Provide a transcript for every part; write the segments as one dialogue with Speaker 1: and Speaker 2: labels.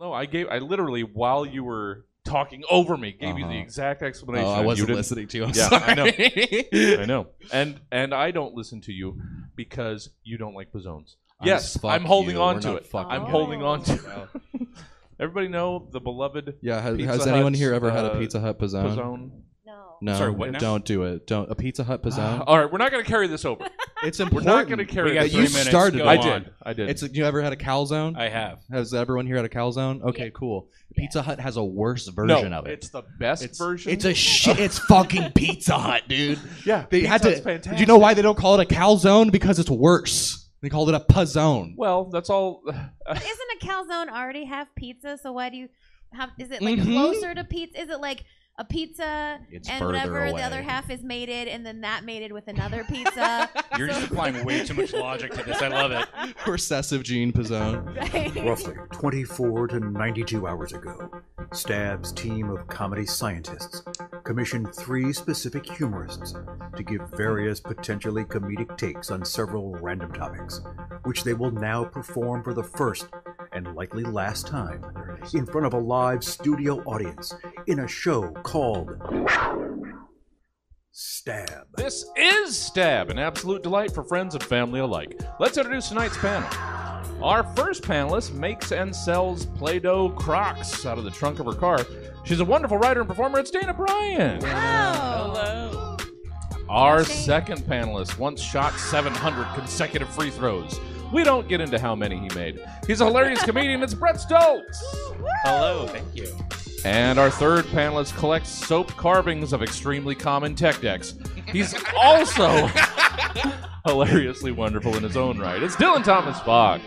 Speaker 1: no, I gave. I literally while you were talking over me gave you the
Speaker 2: Uh-huh.
Speaker 1: exact explanation.
Speaker 2: Oh, I
Speaker 1: and you
Speaker 2: wasn't
Speaker 1: didn't-
Speaker 2: listening to you. I'm
Speaker 1: Yeah,
Speaker 2: sorry.
Speaker 1: I know. I know. And and I don't listen to you because you don't like Bazones.
Speaker 2: I'm
Speaker 1: yes,
Speaker 2: fuck
Speaker 1: I'm holding
Speaker 2: you.
Speaker 1: on
Speaker 2: We're
Speaker 1: to
Speaker 2: not
Speaker 1: it.
Speaker 2: fucking
Speaker 3: Oh.
Speaker 1: I'm
Speaker 2: good.
Speaker 1: holding on to
Speaker 2: No.
Speaker 1: Everybody know the beloved
Speaker 2: Yeah, has,
Speaker 1: Pizza
Speaker 2: has anyone
Speaker 1: Hut's,
Speaker 2: here ever had
Speaker 1: uh,
Speaker 2: a Pizza Hut pizzone?
Speaker 1: Bazone.
Speaker 4: No.
Speaker 1: Mm-hmm.
Speaker 2: No,
Speaker 3: Sorry, what now?
Speaker 2: don't do it. Don't a Pizza Hut pizzone.
Speaker 1: All right, we're not going to carry this over.
Speaker 2: it's
Speaker 1: We're
Speaker 2: important.
Speaker 1: not going to carry
Speaker 3: We got
Speaker 1: this
Speaker 2: You
Speaker 3: three
Speaker 1: over.
Speaker 3: minutes.
Speaker 2: started
Speaker 3: Go
Speaker 2: it.
Speaker 1: I
Speaker 3: on.
Speaker 1: did. I did.
Speaker 2: It's you ever had a calzone?
Speaker 3: I have.
Speaker 2: Has everyone here had a calzone? Okay,
Speaker 4: Yeah.
Speaker 2: cool.
Speaker 4: Yeah.
Speaker 2: Pizza Hut has a worse
Speaker 1: no,
Speaker 2: version of it.
Speaker 1: it's the best
Speaker 2: It's-
Speaker 1: version.
Speaker 2: It's a shit. It's fucking Pizza Hut, dude.
Speaker 1: yeah.
Speaker 2: They
Speaker 1: Pizza
Speaker 2: had
Speaker 1: Hut's
Speaker 2: to.
Speaker 1: Fantastic.
Speaker 2: Do you know why they don't call it a calzone? Because it's worse. They called it a puzzone.
Speaker 1: Well, that's all.
Speaker 4: But isn't a calzone already half pizza? So why do you have? Is it like
Speaker 2: Mhm.
Speaker 1: Mm-hmm.
Speaker 4: closer to pizza? Is it like a pizza
Speaker 2: It's
Speaker 4: and
Speaker 2: further
Speaker 4: whatever
Speaker 2: away.
Speaker 4: the other half is mated, and then that mated with another pizza?
Speaker 3: You're just applying way too much logic to this. I love it.
Speaker 2: Recessive gene pizzone.
Speaker 4: right?
Speaker 5: Roughly 24 to 92 hours ago, Stab's team of comedy scientists commissioned three specific humorists to give various potentially comedic takes on several random topics, which they will now perform for the first and likely last time in front of a live studio audience in a show called Stab.
Speaker 1: This is Stab, an absolute delight for friends and family alike. Let's introduce tonight's panel. Our first panelist makes and sells Play Doh Crocs out of the trunk of her car. She's a wonderful writer and performer. It's Dana Bryan.
Speaker 4: Oh.
Speaker 1: Our
Speaker 4: Thanks.
Speaker 1: second panelist once shot 700 consecutive free throws. We don't get into how many he made. He's a hilarious comedian. It's Brett Stoltz.
Speaker 3: Hello, thank you.
Speaker 1: And our third panelist collects soap carvings of extremely common tech decks. He's also hilariously wonderful in his own right. It's Dylan Thomas Fox.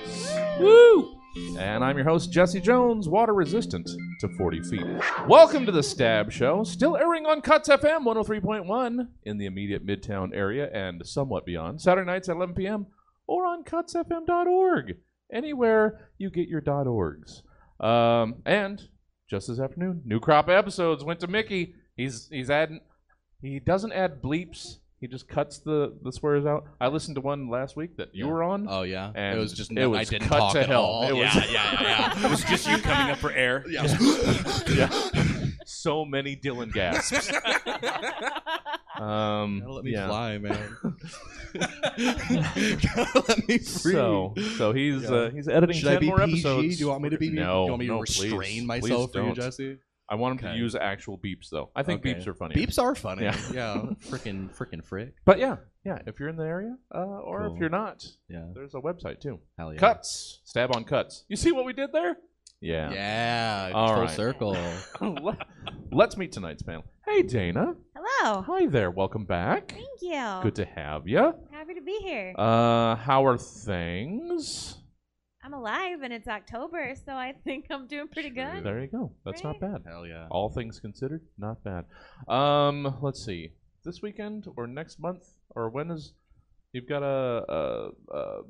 Speaker 1: Woo! And I'm your host, Jesse Jones, water resistant to 40 feet. Welcome to the Stab Show, still airing on Cuts FM 103.1 in the immediate Midtown area and somewhat beyond, Saturday nights at 11 p.m. or on cutsfm.org, anywhere you get your .orgs. Um, and just this afternoon. New crop episodes went to Mickey. He's he's adding. He doesn't add bleeps. He just cuts the the swears out. I listened to one last week that you
Speaker 2: Yeah.
Speaker 1: were on.
Speaker 2: Oh yeah.
Speaker 1: And
Speaker 2: it was just.
Speaker 1: it
Speaker 2: no,
Speaker 1: was
Speaker 2: I didn't
Speaker 1: cut
Speaker 2: talk
Speaker 1: to
Speaker 2: at
Speaker 1: hell.
Speaker 2: all.
Speaker 1: It was-
Speaker 2: yeah, yeah, yeah, yeah.
Speaker 3: It was just you coming up for air.
Speaker 1: So many Dylan gasps. um,
Speaker 2: Gotta let me
Speaker 1: yeah.
Speaker 2: fly, man. Gotta let me free.
Speaker 1: So so he's
Speaker 2: Yeah.
Speaker 1: uh, he's editing
Speaker 2: Should
Speaker 1: ten
Speaker 2: I be
Speaker 1: more
Speaker 2: PG?
Speaker 1: episodes.
Speaker 2: Do you want me to be?
Speaker 1: No,
Speaker 2: Do you want me to
Speaker 1: no,
Speaker 2: restrain
Speaker 1: please,
Speaker 2: myself
Speaker 1: please
Speaker 2: for you,
Speaker 1: don't.
Speaker 2: Jesse?
Speaker 1: I want him
Speaker 2: Okay.
Speaker 1: to use actual beeps though. I think
Speaker 2: Okay.
Speaker 1: beeps are funny.
Speaker 2: Beeps are funny.
Speaker 1: Yeah.
Speaker 2: Yeah. Freaking freaking frick.
Speaker 1: But yeah, yeah. If you're in the area, uh, or if
Speaker 2: Cool.
Speaker 1: you're not,
Speaker 2: Yeah.
Speaker 1: there's a website too.
Speaker 2: Hell yeah.
Speaker 1: Cuts. Stab on cuts. You see what we did there? Yeah.
Speaker 2: Yeah.
Speaker 1: All
Speaker 2: full
Speaker 1: right.
Speaker 2: circle.
Speaker 1: Le- Let's meet tonight's panel. Hey, Dana.
Speaker 4: Hello.
Speaker 1: Hi there. Welcome back.
Speaker 4: Thank you.
Speaker 1: Good to have you.
Speaker 4: Happy to be here.
Speaker 1: Uh, how are things?
Speaker 4: I'm alive, and it's October, so I think I'm doing pretty good.
Speaker 1: There you go. That's not bad.
Speaker 2: Hell yeah.
Speaker 1: All things considered, not bad. Um, let's see. This weekend or next month or when is you've got a, a, a,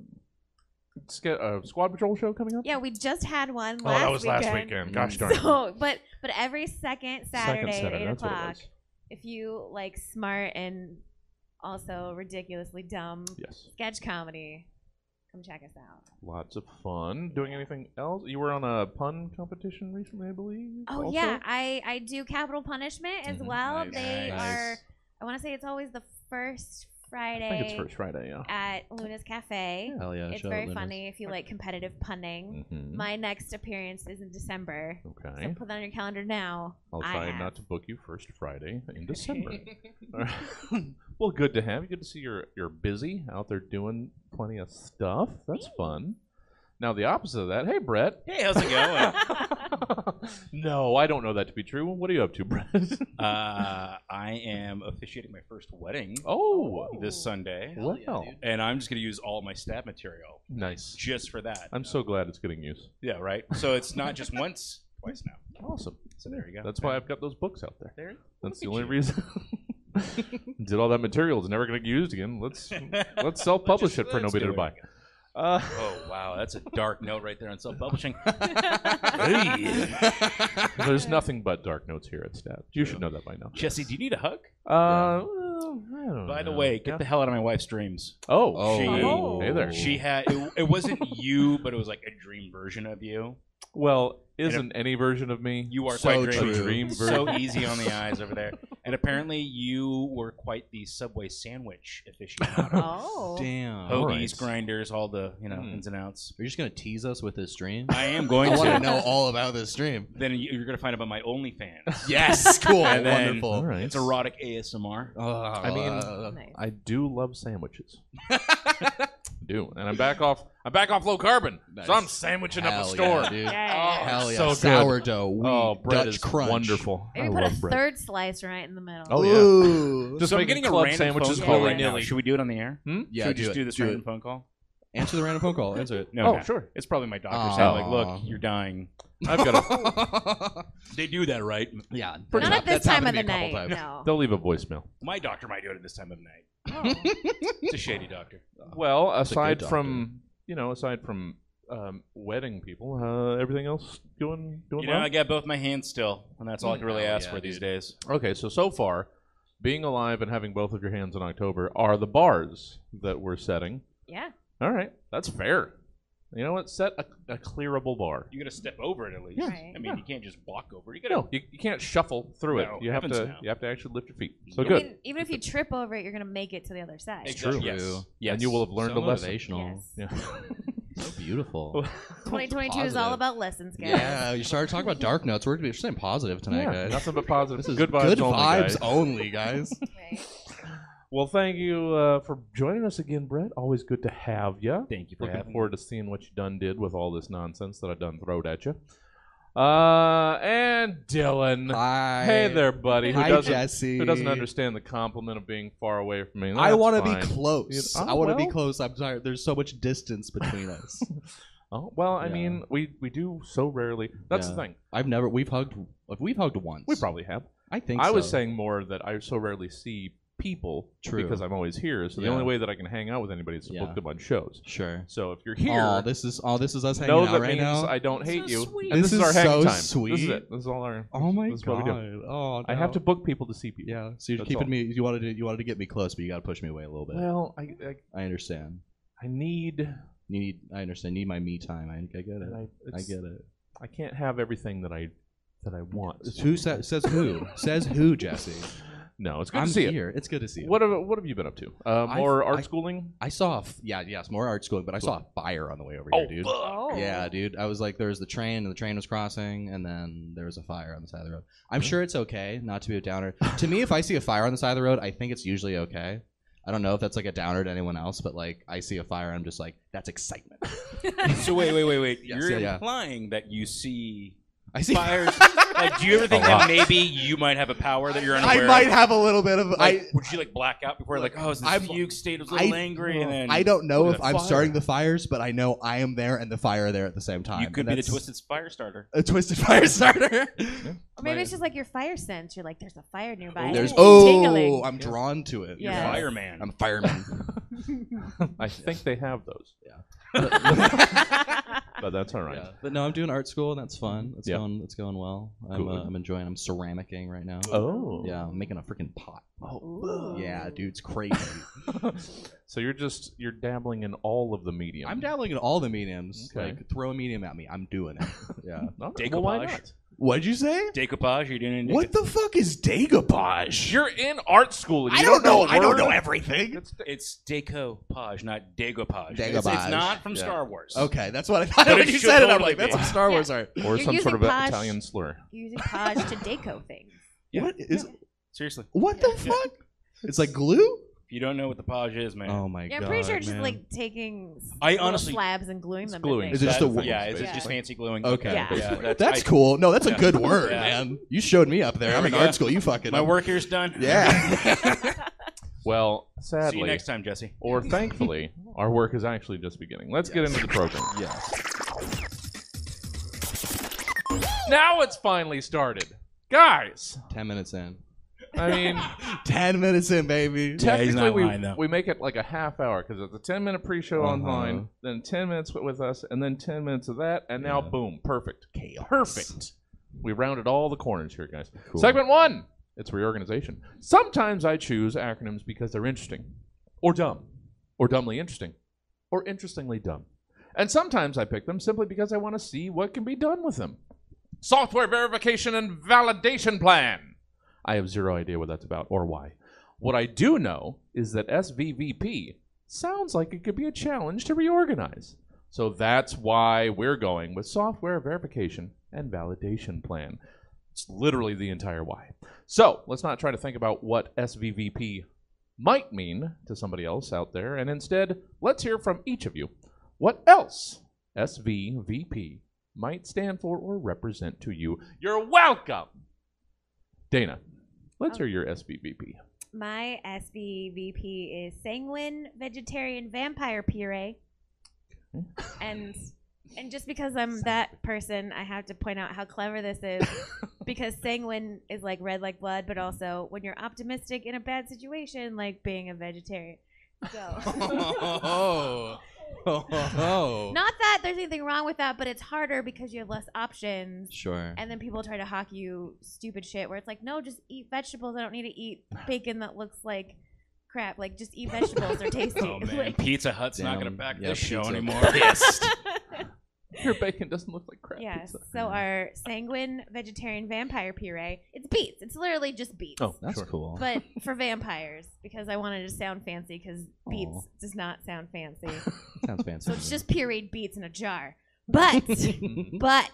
Speaker 1: sca- a squad patrol show coming up?
Speaker 4: Yeah, we just had one
Speaker 1: Oh,
Speaker 4: last
Speaker 1: that was last
Speaker 4: weekend.
Speaker 1: weekend. Gosh darn. it.
Speaker 4: So, but but every second
Speaker 1: Second
Speaker 4: Saturday,
Speaker 1: Saturday.
Speaker 4: at eight
Speaker 1: That's what it
Speaker 4: o'clock,
Speaker 1: was.
Speaker 4: if you like smart and also ridiculously dumb
Speaker 1: Yes.
Speaker 4: sketch comedy, come check us out.
Speaker 1: Lots of fun. Doing anything else? You were on a pun competition recently, I believe.
Speaker 4: Oh
Speaker 1: also?
Speaker 4: yeah, I I do capital punishment as
Speaker 1: Mm-hmm.
Speaker 2: Mhm.
Speaker 4: well.
Speaker 2: Nice.
Speaker 4: They
Speaker 3: Nice.
Speaker 4: are. I want to say it's always the first Friday
Speaker 1: I think it's first Friday, yeah.
Speaker 4: at Luna's Cafe.
Speaker 2: Hell yeah.
Speaker 4: it's
Speaker 2: shout out
Speaker 4: very
Speaker 2: Lunas.
Speaker 4: funny if you like competitive punning.
Speaker 1: Mm-hmm.
Speaker 4: My next appearance is in December, so
Speaker 1: okay.
Speaker 4: put that on your calendar now.
Speaker 1: I'll
Speaker 4: I
Speaker 1: try
Speaker 4: have.
Speaker 1: not to book you first Friday in December. All right. well, good to have you. Good to see you're you're busy out there doing plenty of stuff. That's fun. Now the opposite of that. Hey, Brett.
Speaker 3: Hey, how's it going?
Speaker 1: no, I don't know that to be true. What are you up to, Brett?
Speaker 3: Uh, I am officiating my first wedding
Speaker 1: oh,
Speaker 3: this Sunday,
Speaker 1: well,
Speaker 3: and I'm just going to use all my stab material
Speaker 1: nice.
Speaker 3: just for that.
Speaker 1: I'm so glad it's getting used.
Speaker 3: yeah, right. So it's not just once, twice now.
Speaker 1: Awesome.
Speaker 3: So there you go.
Speaker 1: That's why I've got those books out there.
Speaker 3: There.
Speaker 1: That's the
Speaker 3: Look
Speaker 1: only
Speaker 3: at
Speaker 1: reason. Did all that material is never going to get used again. Let's let's self-publish it for
Speaker 3: let's
Speaker 1: nobody
Speaker 3: do
Speaker 1: to
Speaker 3: it.
Speaker 1: buy. Uh,
Speaker 3: Oh wow, that's a dark note right there on self-publishing.
Speaker 1: there's nothing but dark notes here at Stab. You should know that by now.
Speaker 3: Jesse, do you need a hug?
Speaker 1: Uh, well, I don't
Speaker 3: By the
Speaker 1: know.
Speaker 3: way, get
Speaker 1: Yeah.
Speaker 3: the hell out of my wife's dreams.
Speaker 1: oh,
Speaker 2: Oh.
Speaker 3: She-
Speaker 1: hey there.
Speaker 3: She had it, it wasn't you, but it was like a dream version of you.
Speaker 1: Well, isn't any version of me.
Speaker 3: You are
Speaker 2: So
Speaker 3: quite
Speaker 1: a
Speaker 2: true.
Speaker 3: great.
Speaker 1: dream version.
Speaker 3: So easy on the eyes over there. And apparently, you were quite the Subway sandwich aficionado.
Speaker 4: Oh.
Speaker 2: Damn.
Speaker 3: Hoagies,
Speaker 1: Alright.
Speaker 3: grinders, all the you know
Speaker 1: Hmm.
Speaker 3: ins and outs.
Speaker 2: Are you just gonna tease us with this stream?
Speaker 3: I am going
Speaker 2: I want to
Speaker 3: to.
Speaker 2: know all about this stream.
Speaker 3: Then you- you're going to find out about my OnlyFans.
Speaker 2: Yes, cool,
Speaker 3: And then-
Speaker 2: wonderful.
Speaker 1: All right.
Speaker 3: It's erotic ASMR.
Speaker 2: Uh,
Speaker 1: I mean-
Speaker 4: Nice.
Speaker 1: I do love sandwiches. I do, and I'm back off. I'm back off low carbon,
Speaker 2: Nice.
Speaker 1: so I'm sandwiching
Speaker 2: hell
Speaker 1: up a store.
Speaker 2: Yeah, dude.
Speaker 4: Yeah.
Speaker 1: Oh,
Speaker 2: Hell yeah.
Speaker 1: so good.
Speaker 2: Sourdough, wheat,
Speaker 1: Oh, bread
Speaker 2: Dutch
Speaker 1: is
Speaker 2: crunch.
Speaker 1: wonderful. I
Speaker 4: Maybe put a
Speaker 1: love bread.
Speaker 4: third slice right in the middle.
Speaker 1: Oh, yeah.
Speaker 2: Ooh.
Speaker 1: Just
Speaker 3: so I'm
Speaker 1: making
Speaker 3: getting a
Speaker 1: club
Speaker 3: random
Speaker 1: sandwiches Hmm?
Speaker 3: phone
Speaker 4: all
Speaker 3: call
Speaker 4: willy
Speaker 3: right now.
Speaker 1: willy-nilly.
Speaker 3: Should we do it on the air?
Speaker 2: Yeah,
Speaker 3: Should we
Speaker 2: do
Speaker 3: just
Speaker 2: it,
Speaker 3: do this
Speaker 2: do
Speaker 3: random
Speaker 2: it.
Speaker 3: phone call?
Speaker 2: Answer the random phone call. Answer it.
Speaker 3: No,
Speaker 1: Oh,
Speaker 3: no.
Speaker 1: sure.
Speaker 3: It's probably my doctor
Speaker 2: Aw.
Speaker 3: saying, like, look, you're dying.
Speaker 1: I've got a.
Speaker 3: They do that, right?
Speaker 2: yeah.
Speaker 1: Pretty
Speaker 4: Not
Speaker 1: much.
Speaker 4: at this
Speaker 2: That's
Speaker 4: time of
Speaker 2: happened
Speaker 4: the
Speaker 2: to me a
Speaker 4: night.
Speaker 2: couple
Speaker 4: No.
Speaker 1: They'll leave a voicemail.
Speaker 3: My doctor might do it at this time of night.
Speaker 4: Oh.
Speaker 3: It's a shady doctor.
Speaker 1: Well,
Speaker 2: That's a good
Speaker 1: aside
Speaker 2: doctor.
Speaker 1: from you know, aside from um, wedding people, uh, everything else doing doing
Speaker 3: You know,
Speaker 1: well.
Speaker 3: I got both my hands still, and that's all I can really
Speaker 2: Oh,
Speaker 3: ask
Speaker 2: yeah,
Speaker 3: for these
Speaker 2: dude.
Speaker 3: days.
Speaker 1: Okay, so so far, being alive and having both of your hands in October are the bars that we're setting.
Speaker 4: Yeah.
Speaker 1: All right, that's fair. You know what? Set a, a clearable bar.
Speaker 3: You got to step over it at least.
Speaker 1: Yeah.
Speaker 4: Right.
Speaker 3: I mean, you can't just walk over. You got to.
Speaker 1: No, you, you can't shuffle through it.
Speaker 3: No,
Speaker 1: You have to
Speaker 3: heavens no.
Speaker 1: you have to actually lift your feet. So
Speaker 3: I
Speaker 4: I
Speaker 1: good.
Speaker 4: mean, even if you trip over it, you're gonna make it to the other side.
Speaker 1: It's true.
Speaker 3: Yes.
Speaker 2: True.
Speaker 3: yes.
Speaker 1: And you will have learned
Speaker 2: so
Speaker 1: a lesson.
Speaker 2: motivational.
Speaker 4: Yes.
Speaker 1: Yeah.
Speaker 2: So beautiful.
Speaker 4: 2022 is
Speaker 2: Positive.
Speaker 4: all about lessons, guys.
Speaker 2: yeah, you started talking about dark notes. We're, we're staying positive tonight,
Speaker 1: Yeah,
Speaker 2: guys.
Speaker 1: Nothing but positive.
Speaker 2: This is
Speaker 1: good vibes.
Speaker 2: Good
Speaker 1: only,
Speaker 2: vibes
Speaker 1: guys.
Speaker 2: only, guys.
Speaker 4: Right.
Speaker 1: Well, thank you uh, for joining us again, Brett. Always good to have you.
Speaker 3: Thank you for
Speaker 1: Looking
Speaker 3: having
Speaker 1: forward to seeing what you done did with all this nonsense that I done throwed at you. Uh, and Dylan.
Speaker 2: Hi.
Speaker 1: Hey there, buddy. Who
Speaker 2: Hi,
Speaker 1: doesn't
Speaker 2: Jesse.
Speaker 1: who doesn't understand the compliment of being far away from me?
Speaker 2: I
Speaker 1: That's
Speaker 2: want to be
Speaker 1: fine.
Speaker 2: close.
Speaker 1: You- oh,
Speaker 2: I want to
Speaker 1: well.
Speaker 2: be close. I'm sorry. There's so much distance between us.
Speaker 1: Oh, well, I
Speaker 2: Yeah.
Speaker 1: mean, we we do so rarely. That's the
Speaker 2: Yeah.
Speaker 1: thing.
Speaker 2: I've never. We've hugged. like, We've hugged once.
Speaker 1: We probably have.
Speaker 2: I think.
Speaker 1: I
Speaker 2: so.
Speaker 1: was saying more that I so rarely see people
Speaker 2: True.
Speaker 1: because I'm always here. So the
Speaker 2: Yeah.
Speaker 1: only way that I can hang out with anybody is to
Speaker 2: Yeah.
Speaker 1: book them on shows.
Speaker 2: Sure.
Speaker 1: So if you're here,
Speaker 2: Oh, this is. Oh, this is us hanging
Speaker 1: know
Speaker 2: out
Speaker 1: that
Speaker 2: right
Speaker 1: means
Speaker 2: now.
Speaker 1: I don't hate
Speaker 2: so
Speaker 1: you.
Speaker 2: sweet.
Speaker 1: And this,
Speaker 2: This
Speaker 1: is, our
Speaker 2: is
Speaker 1: hang
Speaker 2: so
Speaker 1: time. This is
Speaker 2: sweet.
Speaker 1: it. This is all our.
Speaker 2: oh my
Speaker 1: This is what we
Speaker 2: god.
Speaker 1: do.
Speaker 2: Oh.
Speaker 1: I have
Speaker 2: no.
Speaker 1: to book people to see people.
Speaker 2: Yeah. So you're
Speaker 1: That's
Speaker 2: keeping
Speaker 1: all.
Speaker 2: me. You wanted to. You wanted to get me close, but you got to push me away a little bit.
Speaker 1: Well, I, I
Speaker 2: I understand.
Speaker 1: I need.
Speaker 2: You need. I understand. You need my me time. I, I get it.
Speaker 1: I,
Speaker 2: I
Speaker 1: it's-
Speaker 2: get it.
Speaker 1: I can't have everything that I that I want.
Speaker 2: Who sa- says who? says who, Jesse?
Speaker 1: No, it's good
Speaker 2: I'm
Speaker 1: to see you.
Speaker 2: here. It's good to see you.
Speaker 1: What have what have you been up to? Uh,
Speaker 2: I've-
Speaker 1: more art
Speaker 2: I-
Speaker 1: schooling?
Speaker 2: I saw. a f- yeah. Yes. More art school, but I saw a fire on the way over here, dude.
Speaker 4: Oh.
Speaker 2: Yeah, dude. I was like, there was the train, and the train was crossing, and then there was a fire on the side of the road. I'm sure it's okay not to be a downer. to me, if I see a fire on the side of the road, I think it's usually okay. I don't know if that's like a downer to anyone else, but like I see a fire, I'm just like, that's excitement.
Speaker 3: So wait, wait, wait, wait.
Speaker 2: Yes,
Speaker 3: You're
Speaker 2: yeah, yeah.
Speaker 3: implying that you see
Speaker 2: I see.
Speaker 3: fires. like, do you ever think
Speaker 1: A lot.
Speaker 3: that maybe you might have a power that you're unaware
Speaker 2: I
Speaker 3: of?
Speaker 2: might have a little bit of.
Speaker 3: Like,
Speaker 2: I
Speaker 3: would you like black out before? Like, oh, I was in this
Speaker 2: I'm-
Speaker 3: fugue state. I was a little
Speaker 2: I-
Speaker 3: angry, and then
Speaker 2: I don't know
Speaker 3: Look
Speaker 2: if
Speaker 3: at that
Speaker 2: I'm
Speaker 3: fire.
Speaker 2: starting the fires, but I know I am there and the fire are there at the same time.
Speaker 3: You could
Speaker 2: and
Speaker 3: be the
Speaker 2: that's
Speaker 3: twisted fire starter.
Speaker 2: A twisted fire starter.
Speaker 4: Or maybe it's just like your fire sense. You're like, there's a fire nearby.
Speaker 2: There's
Speaker 4: It's
Speaker 2: oh,
Speaker 4: tingling.
Speaker 2: I'm drawn to it.
Speaker 4: You're Yes.
Speaker 3: Fireman.
Speaker 2: I'm a fireman.
Speaker 1: I think they have those, but that's all right.
Speaker 2: Yeah. But no, I'm doing art school, and that's fun. It's
Speaker 1: Yeah.
Speaker 2: going, it's going well. I'm,
Speaker 1: Good.
Speaker 2: uh, I'm enjoying. I'm ceramicing right now.
Speaker 1: Oh,
Speaker 2: Yeah, I'm making a freaking pot.
Speaker 4: Ooh.
Speaker 2: Oh, Yeah, dude, it's crazy.
Speaker 1: so you're just you're dabbling in all of the medium.
Speaker 2: I'm dabbling in all the mediums.
Speaker 1: Okay.
Speaker 2: Like, throw a medium at me, I'm doing it. Yeah.
Speaker 1: Uh, All right, well, why
Speaker 3: Decoupage.
Speaker 1: not?
Speaker 2: What'd you say?
Speaker 3: Decoupage. You're doing
Speaker 2: What the fuck is degapage?
Speaker 1: You're in art school. And
Speaker 2: I
Speaker 1: you
Speaker 2: don't know.
Speaker 1: a
Speaker 2: I don't
Speaker 1: word?
Speaker 2: know everything.
Speaker 1: It's de-
Speaker 3: It's decoupage, not decoupage. It's, it's
Speaker 2: Dagobah.
Speaker 3: not from
Speaker 1: Yeah.
Speaker 3: Star Wars.
Speaker 2: Okay, that's what I thought
Speaker 3: But
Speaker 2: when
Speaker 3: it
Speaker 2: you
Speaker 3: should
Speaker 2: said it. I'm
Speaker 3: totally
Speaker 2: like, that's
Speaker 3: be.
Speaker 2: some Star
Speaker 4: Yeah.
Speaker 2: Wars art.
Speaker 1: or
Speaker 4: You're
Speaker 1: some sort of
Speaker 4: using
Speaker 1: a
Speaker 4: posh-
Speaker 1: Italian slur.
Speaker 4: You're using Podge to deco things.
Speaker 3: Yeah.
Speaker 2: What is?
Speaker 3: Seriously,
Speaker 2: What the
Speaker 3: Yeah.
Speaker 2: fuck? It's like glue.
Speaker 3: if you don't know what the page is, man.
Speaker 2: Oh my
Speaker 4: Yeah,
Speaker 2: god.
Speaker 4: I'm pretty sure it's just
Speaker 2: man.
Speaker 4: like taking s-
Speaker 3: I
Speaker 4: little
Speaker 3: honestly-
Speaker 4: slabs and gluing
Speaker 1: It's
Speaker 4: them.
Speaker 1: gluing.
Speaker 4: To
Speaker 2: Is it
Speaker 4: things.
Speaker 2: just
Speaker 3: That-
Speaker 2: a word?
Speaker 3: Yeah, it's
Speaker 4: Yeah.
Speaker 3: just fancy gluing.
Speaker 2: Okay.
Speaker 4: Yeah.
Speaker 3: Yeah, that's,
Speaker 2: That's
Speaker 3: I-
Speaker 2: cool. No, that's a good word,
Speaker 3: Yeah.
Speaker 2: man. You showed me up there. I'm in
Speaker 3: we go.
Speaker 2: art school. You fucking
Speaker 3: My work here's done.
Speaker 2: Yeah.
Speaker 1: Well, sadly,
Speaker 3: See you next time, Jesse.
Speaker 1: or thankfully, our work is actually just beginning. Let's get into the program. Yes. Now it's finally started. Guys,
Speaker 2: Ten minutes in.
Speaker 1: I mean,
Speaker 2: Ten minutes in, baby.
Speaker 3: Yeah, he's
Speaker 1: technically
Speaker 3: not
Speaker 1: we,
Speaker 3: lying, though.
Speaker 1: we make it like a half hour because it's a 10 minute pre show
Speaker 2: Uh-huh.
Speaker 1: online, then 10 minutes wi- with us, and then 10 minutes of that, and now
Speaker 2: Yeah.
Speaker 1: boom, perfect.
Speaker 2: Chaos.
Speaker 1: Perfect. We rounded all the corners here, guys.
Speaker 2: Cool.
Speaker 1: Segment one it's reorganization. Sometimes I choose acronyms because they're interesting, or dumb, or dumbly interesting, or interestingly dumb. And sometimes I pick them simply because I want to see what can be done with them. Software Verification and Validation Plan. I have zero idea what that's about or why. What I do know is that SVVP sounds like it could be a challenge to reorganize. So that's why we're going with Software Verification and Validation Plan. It's literally the entire why. So let's not try to think about what SVVP might mean to somebody else out there, and instead, let's hear from each of you what else SVVP might stand for or represent to you. You're welcome! Dana, let's
Speaker 4: Um,
Speaker 1: hear your SVVP.
Speaker 4: My SVVP is sanguine vegetarian vampire puree. and and just because I'm that person, I have to point out how clever this is because sanguine is like red like blood, but also when you're optimistic in a bad situation, like being a vegetarian. So
Speaker 2: oh, oh, oh.
Speaker 4: Not that there's anything wrong with that, but it's harder because you have less options.
Speaker 2: Sure.
Speaker 4: And then people try to hawk you stupid shit where it's like, no, just eat vegetables. I don't need to eat bacon that looks like crap. Like, just eat vegetables. They're tasty.
Speaker 3: Oh man,
Speaker 4: Like-
Speaker 3: Pizza Hut's not
Speaker 2: Damn.
Speaker 3: gonna back
Speaker 2: Yeah,
Speaker 3: this show
Speaker 2: Pizza.
Speaker 3: anymore.
Speaker 1: Your bacon doesn't look like crap.
Speaker 4: yes.
Speaker 1: pizza.
Speaker 4: So our sanguine vegetarian vampire puree, it's beets. It's literally just beets.
Speaker 1: Oh,
Speaker 2: That's
Speaker 1: sure.
Speaker 2: cool.
Speaker 4: But for vampires, because I wanted to sound fancy, because beets
Speaker 2: Aw.
Speaker 4: does not sound fancy.
Speaker 2: Sounds fancy.
Speaker 4: So it's just pureed beets in a jar. But But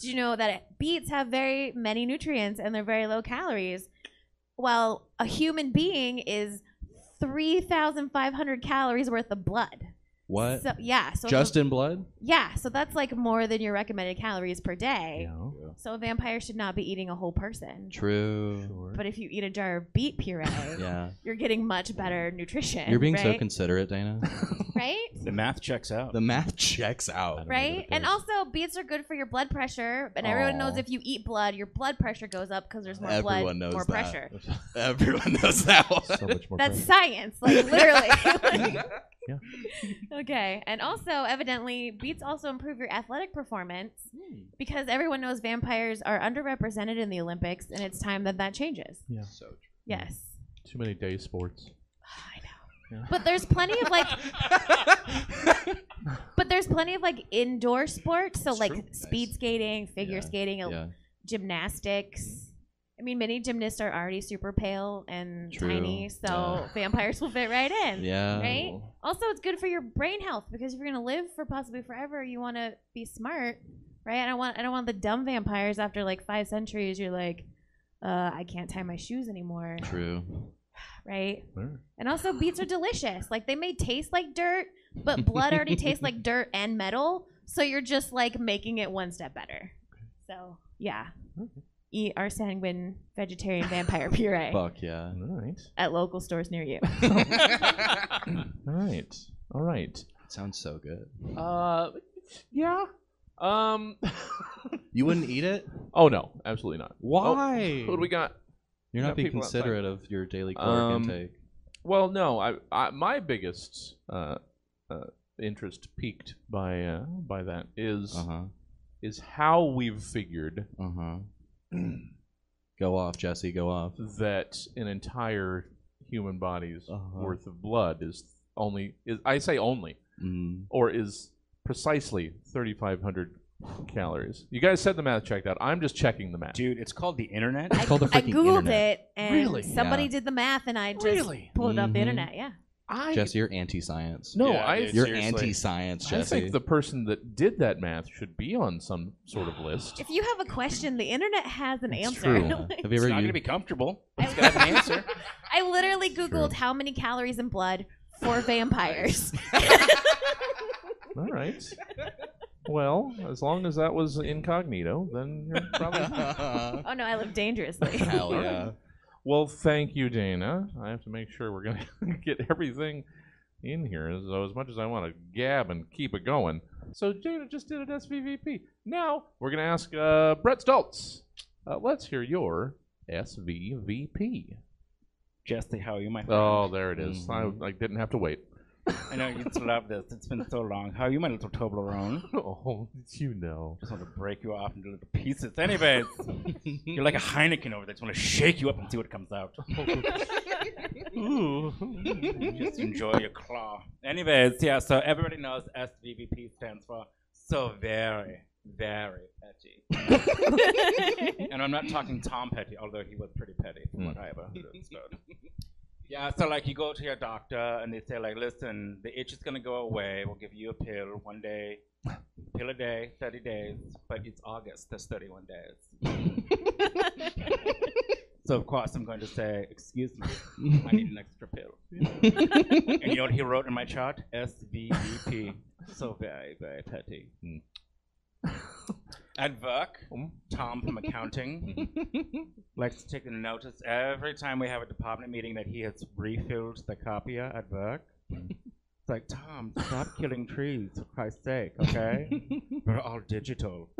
Speaker 4: do you know that beets have very many nutrients and they're very low calories? While a human being is 3,500 calories worth of blood.
Speaker 2: what?
Speaker 4: So, yeah. So if a-
Speaker 2: Just in blood?
Speaker 4: yeah. So that's like more than your recommended calories per day.
Speaker 2: Yeah.
Speaker 4: So a vampire should not be eating a whole person.
Speaker 2: True.
Speaker 4: But if you eat a jar of beet puree,
Speaker 2: Yeah.
Speaker 4: you're getting much better nutrition.
Speaker 2: You're being so
Speaker 4: right?
Speaker 2: considerate, Dana.
Speaker 4: right?
Speaker 3: the math checks out.
Speaker 2: the math checks out.
Speaker 4: Right? And also, beets are good for your blood pressure. And everyone knows
Speaker 2: Aw.
Speaker 4: if you eat blood, your blood pressure goes up because there's more blood,
Speaker 2: Everyone knows
Speaker 4: more
Speaker 2: that.
Speaker 4: pressure.
Speaker 2: Everyone knows that one.
Speaker 1: So much more
Speaker 4: That's
Speaker 1: pressure.
Speaker 4: science, like literally.
Speaker 1: Yeah.
Speaker 4: Okay. And also, evidently, beets also improve your athletic performance
Speaker 1: Hmm.
Speaker 4: because everyone knows vampires are underrepresented in the Olympics, and it's time that that changes.
Speaker 2: So true.
Speaker 4: Yes.
Speaker 1: Too many day sports.
Speaker 4: I know.
Speaker 1: Yeah.
Speaker 4: But there's plenty of like, but there's plenty of like indoor sports. So
Speaker 2: It's
Speaker 4: like
Speaker 2: true.
Speaker 4: speed
Speaker 2: Nice.
Speaker 4: skating, figure
Speaker 2: Yeah.
Speaker 4: skating, el-
Speaker 2: Yeah.
Speaker 4: gymnastics. I mean, many gymnasts are already super pale and
Speaker 2: True.
Speaker 4: tiny, so
Speaker 2: Yeah.
Speaker 4: vampires will fit right in.
Speaker 2: Yeah.
Speaker 4: Right? Also, it's good for your brain health because if you're gonna live for possibly forever, you want to be smart, right? I don't want I don't want the dumb vampires after like five centuries. You're like, uh, I can't tie my shoes anymore,
Speaker 2: True.
Speaker 4: right? And also, beets are delicious. Like they may taste like dirt, but blood already tastes like dirt and metal, so you're just like making it one step better. So yeah,
Speaker 1: Okay.
Speaker 4: eat our sanguine vegetarian vampire puree
Speaker 2: Fuck yeah.
Speaker 1: All right.
Speaker 4: at local stores near you.
Speaker 1: All right. All right.
Speaker 2: Sounds so good.
Speaker 1: Uh, yeah. Um.
Speaker 2: You wouldn't eat it?
Speaker 1: oh no, absolutely not.
Speaker 2: Why?
Speaker 1: What do Oh, we got?
Speaker 2: You're
Speaker 1: Got
Speaker 2: not being
Speaker 1: people outside.
Speaker 2: considerate of your daily caloric
Speaker 1: Um,
Speaker 2: intake.
Speaker 1: Well, no. I, I my biggest uh, uh, interest piqued by uh, by that is
Speaker 2: Uh huh.
Speaker 1: is how we've figured
Speaker 2: Uh huh. go off, Jesse. Go off.
Speaker 1: that an entire human body's
Speaker 2: Uh-huh.
Speaker 1: worth of blood is only is I say only
Speaker 2: Mm.
Speaker 1: or is precisely 3500 calories. You guys said the math checked out. I'm just checking the math.
Speaker 3: Dude, it's called the internet.
Speaker 4: I,
Speaker 2: It's called the
Speaker 4: I
Speaker 2: freaking
Speaker 4: googled
Speaker 2: internet.
Speaker 4: it and
Speaker 2: Really?
Speaker 4: somebody
Speaker 2: Yeah.
Speaker 4: did the math and I just
Speaker 1: Really?
Speaker 4: pulled it up the
Speaker 2: Mhm.
Speaker 4: internet. Yeah.
Speaker 1: I
Speaker 2: Jesse, you're anti-science.
Speaker 1: No,
Speaker 3: Yeah,
Speaker 1: I
Speaker 3: dude,
Speaker 2: You're
Speaker 3: seriously.
Speaker 2: anti-science,
Speaker 1: I
Speaker 2: Jesse.
Speaker 1: think the person that did that math should be on some sort of list.
Speaker 4: If you have a question, the internet has an
Speaker 2: It's
Speaker 4: answer.
Speaker 2: true. Have
Speaker 4: Like,
Speaker 2: you
Speaker 3: It's
Speaker 2: ever
Speaker 3: not gonna
Speaker 2: used?
Speaker 3: be comfortable.
Speaker 4: I-
Speaker 3: It's got an answer.
Speaker 4: I literally
Speaker 2: It's true.
Speaker 4: googled how many calories in blood for vampires.
Speaker 1: All right. Well, as long as that was incognito, then you're probably.
Speaker 2: Hell
Speaker 4: oh no, I live dangerously.
Speaker 2: yeah.
Speaker 1: well, thank you, Dana. I have to make sure we're going to get everything in here. So, as much as I want to gab and keep it going. So, Dana just did an SVVP. Now, we're going to ask uh, Brett Stoltz. Uh, let's hear your SVVP.
Speaker 3: Jesse, how are you, my friend?
Speaker 1: Oh, there it is.
Speaker 2: Mhm.
Speaker 1: I, I didn't have to wait.
Speaker 3: I know you love this. It's been so long. How are you, my little Toblerone?
Speaker 1: Oh, you know.
Speaker 3: just want to break you off into little pieces. Anyways, you're like a Heineken over there. Just want to shake you up and see what comes out. just enjoy your claw. Anyways, yeah. So everybody knows SVVP stands for so very very petty. and I'm not talking Tom Petty, although he was pretty petty from what I ever heard. About. yeah, so like you go to your doctor and they say like, listen, the itch is gonna go away. We'll give you a pill one day, pill a day, 30 days, but it's August. That's 31 days. so of course I'm going to say, excuse me, I need an extra pill. and you know what he wrote in my chart? E SVEP. So very, very petty. Hmm. At work, Tom from accounting likes to take a notice every time we have a department meeting that he has refilled the copier at work. It's like, Tom, stop killing trees, for Christ's sake, okay? We're all digital.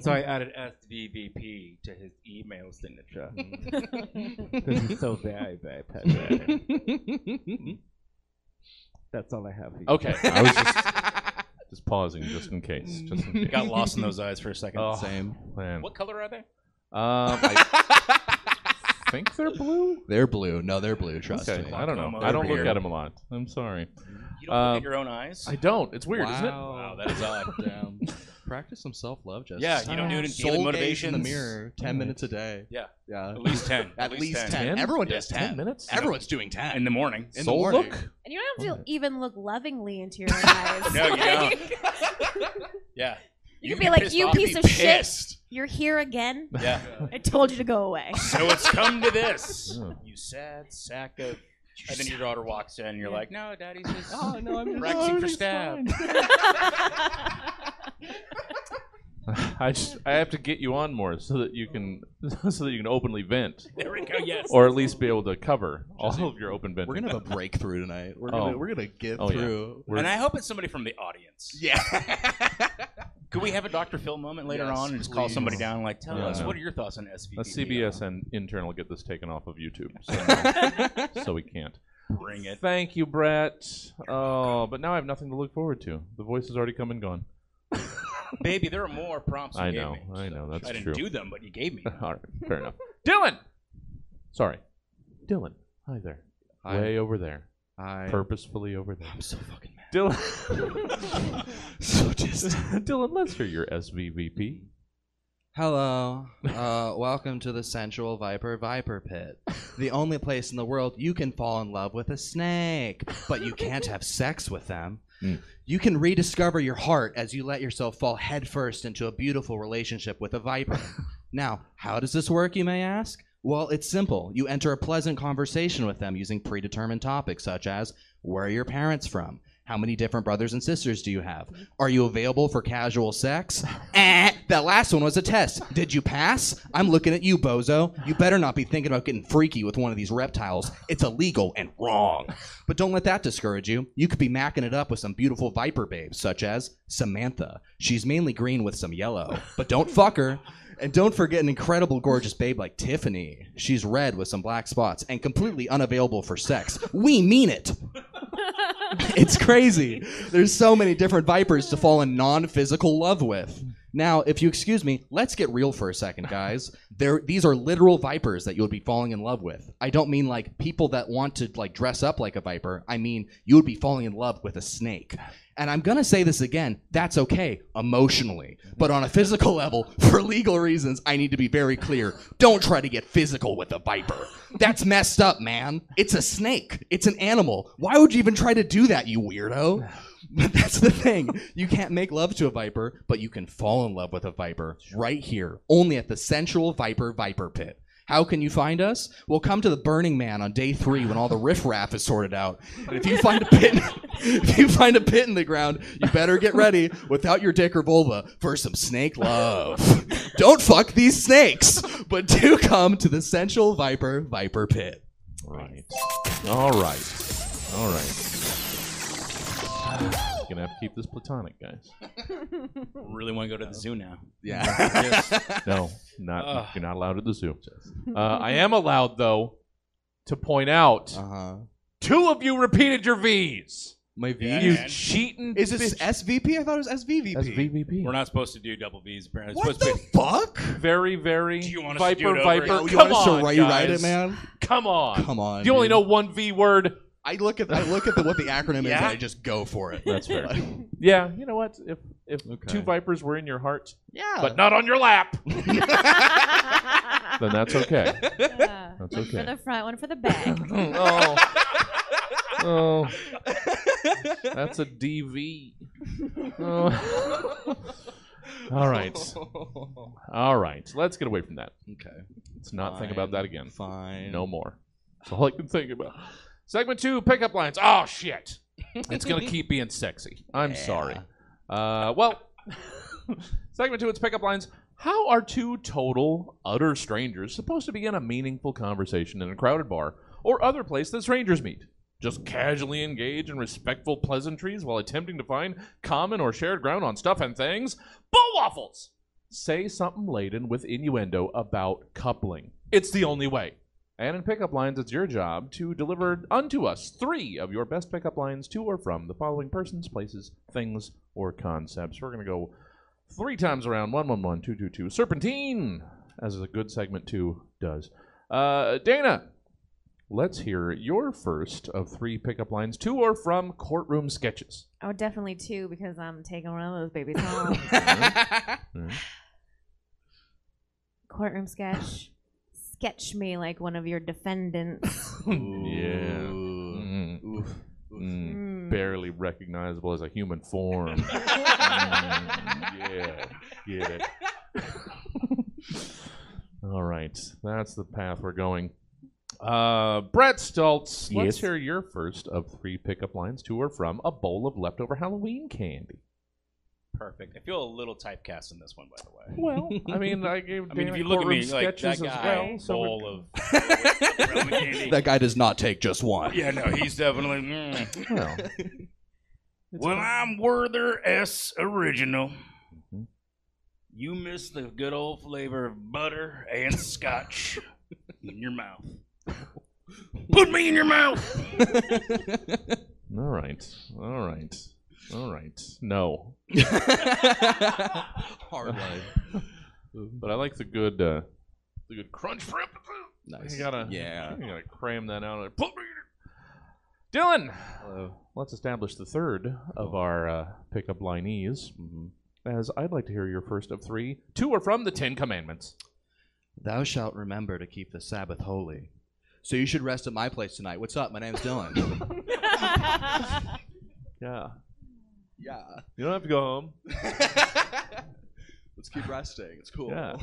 Speaker 3: So I added SVVP to his email signature. Because he's so very, very petty. Hmm. That's all I have for you.
Speaker 1: Okay, I was just, just pausing just in case. Just in case.
Speaker 3: Got lost in those eyes for a second.
Speaker 1: Oh,
Speaker 2: Same.
Speaker 1: man.
Speaker 3: What color are they?
Speaker 1: Um, I think they're blue.
Speaker 2: They're blue. No, they're blue. Trust
Speaker 1: Okay,
Speaker 2: me.
Speaker 1: I don't know.
Speaker 3: Glaucoma.
Speaker 1: I don't look
Speaker 2: Weird.
Speaker 1: at them a lot. I'm sorry.
Speaker 3: You don't
Speaker 1: Uh,
Speaker 2: Um,
Speaker 3: look at your own eyes?
Speaker 1: I don't. It's weird, isn't it?
Speaker 2: Wow,
Speaker 3: that is odd.
Speaker 2: Damn. Practice some self love, Justin.
Speaker 3: yeah, you don't do it in daily
Speaker 2: gaze
Speaker 3: motivation.
Speaker 2: in the mirror. Ten minutes a day.
Speaker 3: Yeah.
Speaker 2: Yeah.
Speaker 3: At least 10.
Speaker 2: At least 10. Everyone does
Speaker 1: Yeah, 10
Speaker 2: 10.
Speaker 1: minutes?
Speaker 2: Everyone's doing
Speaker 3: In
Speaker 2: 10.
Speaker 3: the morning.
Speaker 2: In the
Speaker 1: Soul
Speaker 2: morning.
Speaker 1: look?
Speaker 4: And you don't have to even look lovingly into your own eyes.
Speaker 3: No, you don't.
Speaker 4: Like,
Speaker 3: Yeah.
Speaker 4: You could be like,
Speaker 3: pissed
Speaker 4: "You
Speaker 3: off.
Speaker 4: piece
Speaker 3: Be
Speaker 4: of shit."
Speaker 3: pissed.
Speaker 4: You're here again.
Speaker 3: Yeah.
Speaker 4: I told you to go away.
Speaker 3: so it's come to this.
Speaker 1: Yeah.
Speaker 3: You sad sack of. And then your daughter walks in, and you're
Speaker 4: Yeah.
Speaker 3: like, no, daddy's just.
Speaker 2: Oh, no, I'm
Speaker 3: Practicing for stab.
Speaker 1: I just, I have to get you on more so that you can so that you can openly vent
Speaker 3: There we go, yes.
Speaker 1: or at least be able to cover all of your open venting.
Speaker 2: We're gonna have a breakthrough tonight. We're gonna
Speaker 1: Oh.
Speaker 2: we're gonna get
Speaker 1: Oh, yeah.
Speaker 2: through.
Speaker 1: We're-
Speaker 3: and I hope it's somebody from the audience.
Speaker 2: Yeah.
Speaker 3: Could we have a Dr. Phil moment later
Speaker 2: Yes,
Speaker 3: on and just call
Speaker 2: please.
Speaker 3: somebody down and like, tell
Speaker 1: Yeah.
Speaker 3: us, what are your thoughts on SVP?
Speaker 1: a CBS
Speaker 2: uh,
Speaker 1: and intern will get this taken off of YouTube, so, so we can't.
Speaker 3: Bring it.
Speaker 1: Thank you, Brett. Oh, but now I have nothing to look forward to. The voice has already come and gone.
Speaker 3: Baby, there are more prompts you
Speaker 1: I
Speaker 3: gave
Speaker 1: know,
Speaker 3: me.
Speaker 1: I know, that's
Speaker 3: I didn't
Speaker 1: true.
Speaker 3: do them, but you gave me.
Speaker 1: All right, fair enough. Dylan, sorry, Dylan. Hi there.
Speaker 2: Hi.
Speaker 1: Way over there,
Speaker 2: I,
Speaker 1: purposefully over there.
Speaker 2: I'm so fucking mad.
Speaker 1: Dylan.
Speaker 2: So just
Speaker 1: Dylan, let's hear your SVVP.
Speaker 2: Hello. Uh, welcome to the Sensual Viper Viper Pit. The only place in the world you can fall in love with a snake, but you can't have sex with them.
Speaker 1: Mm.
Speaker 2: You can rediscover your heart as you let yourself fall headfirst into a beautiful relationship with a viper. Now, how does this work, you may ask? Well, it's simple. You enter a pleasant conversation with them using predetermined topics such as where are your parents from? How many different brothers and sisters do you have? Are you available for casual sex? Eh, that last one was a test. Did you pass? I'm looking at you, bozo. You better not be thinking about getting freaky with one of these reptiles. It's illegal and wrong. But don't let that discourage you. You could be macking it up with some beautiful viper babes, such as Samantha. She's mainly green with some yellow, but don't fuck her. And don't forget an incredible, gorgeous babe like Tiffany. She's red with some black spots and completely unavailable for sex. We mean it. it's crazy. There's so many different vipers to fall in non-physical love with. Now, if you excuse me, let's get real for a second, guys. There, these are literal vipers that you would be falling in love with. I don't mean like people that want to like dress up like a viper. I mean you would be falling in love with a snake. And I'm gonna say this again. That's okay emotionally, but on a physical level, for legal reasons, I need to be very clear. Don't try to get physical with a viper. That's messed up, man. It's a snake. It's an animal. Why would you even try to do that, you weirdo? But that's the thing. You can't make love to a viper, but you can fall in love with a viper right here, only at the Sensual Viper Viper Pit. How can you find us? Well, come to the Burning Man on day three when all the riffraff is sorted out. And if you find a pit, if you find a pit in the ground, you better get ready without your dick or vulva for some snake love. Don't fuck these snakes, but do come to the Sensual Viper Viper Pit.
Speaker 1: Right. All right. All right. Gonna have to keep this platonic, guys.
Speaker 3: Really want to go to the zoo now.
Speaker 2: Yeah.
Speaker 1: No, not
Speaker 3: Ugh.
Speaker 1: you're not allowed at the zoo. Uh, I am allowed though to point out
Speaker 2: Uh huh.
Speaker 1: two of you repeated your V's.
Speaker 2: My V.
Speaker 3: Yeah,
Speaker 1: You
Speaker 3: man.
Speaker 1: cheating?
Speaker 2: Is this
Speaker 1: bitch.
Speaker 2: SVP? I thought it was SVVP.
Speaker 1: That's VVP?
Speaker 3: We're not supposed to do double V's, apparently. It's
Speaker 2: What
Speaker 3: supposed to
Speaker 2: the
Speaker 3: be-
Speaker 2: fuck?
Speaker 1: very, very
Speaker 3: Do you want us to do
Speaker 1: viper
Speaker 3: it over
Speaker 1: viper.
Speaker 3: again?
Speaker 2: Oh, you
Speaker 1: Come
Speaker 2: want us to
Speaker 1: on,
Speaker 2: rewrite
Speaker 1: guys.
Speaker 2: it, man?
Speaker 1: Come on.
Speaker 2: Come on.
Speaker 1: You only
Speaker 2: dude.
Speaker 1: know one V word.
Speaker 2: I look at I look at the, what the acronym is, and
Speaker 3: Yeah.
Speaker 2: I just go for it.
Speaker 1: That's fair. yeah, you know what? If if
Speaker 2: Okay.
Speaker 1: two vipers were in your heart,
Speaker 2: Yeah.
Speaker 1: but not on your lap,
Speaker 4: Uh,
Speaker 1: then that's okay. That's
Speaker 4: one
Speaker 1: okay.
Speaker 4: for the front, one for the back.
Speaker 1: oh. oh, that's a DV. Oh. All right. All right, let's get away from that.
Speaker 2: okay.
Speaker 1: Let's not think about
Speaker 2: Fine.
Speaker 1: that again.
Speaker 2: Fine.
Speaker 1: No more. That's all I can think about. Segment two, pickup lines. Oh shit! It's gonna keep being sexy. I'm sorry. Uh, well, segment two, it's pickup lines. How are two total, utter strangers supposed to begin a meaningful conversation in a crowded bar or other place that strangers meet? Just casually engage in respectful pleasantries while attempting to find common or shared ground on stuff and things? Bull waffles! Say something laden with innuendo about coupling. It's the only way. And in pickup lines, it's your job to deliver unto us three of your best pickup lines to or from the following persons, places, things, or concepts. We're going to go three times around 111 222 Serpentine, as a good segment two does. Uh, Dana, let's hear your first of three pickup lines to or from courtroom sketches.
Speaker 4: Oh, definitely two because I'm taking one of those babies home. Courtroom sketch. Sketch me like one of your defendants.
Speaker 1: Yeah.
Speaker 2: Ooh.
Speaker 1: Mm,
Speaker 2: Oof.
Speaker 1: mm.
Speaker 4: Mm.
Speaker 1: barely recognizable as a human form. Mm, yeah, get it. All right, that's the path we're going. Uh, Brett Stoltz,
Speaker 6: Yes.
Speaker 1: let's hear your first of three pickup lines to or from a bowl of leftover Halloween candy.
Speaker 3: Perfect. I feel a little typecast in this one, by the way.
Speaker 1: Well, I mean, I gave.
Speaker 3: I mean,
Speaker 1: Dana
Speaker 3: if you look at me
Speaker 1: courtroom
Speaker 3: like that
Speaker 1: sketches as
Speaker 3: guy,
Speaker 1: well, so we're-
Speaker 3: bowl of Roman candy.
Speaker 2: That guy does not take just one.
Speaker 3: Yeah, no, he's definitely. mm.
Speaker 1: well,
Speaker 3: Well, I'm Werther S. Original.
Speaker 2: Mm-hmm.
Speaker 1: Mhm.
Speaker 3: You miss the good old flavor of butter and scotch in your mouth. Put me in your mouth.
Speaker 1: all right, all right, all right. No,
Speaker 2: Hard life.
Speaker 1: but I like the good, uh, the good crunch for emphasis.
Speaker 2: Nice.
Speaker 1: You gotta,
Speaker 2: Yeah.
Speaker 1: you gotta cram that out. of there. Dylan, let's establish the third of our uh, pickup linees. As I'd like to hear your first of three. Two are from the Ten Commandments.
Speaker 2: Thou shalt remember to keep the Sabbath holy. So you should rest at my place tonight. What's up? My name's Dylan.
Speaker 1: Yeah,
Speaker 2: yeah.
Speaker 1: you don't have to go home.
Speaker 2: Let's keep resting. It's cool.
Speaker 1: Yeah.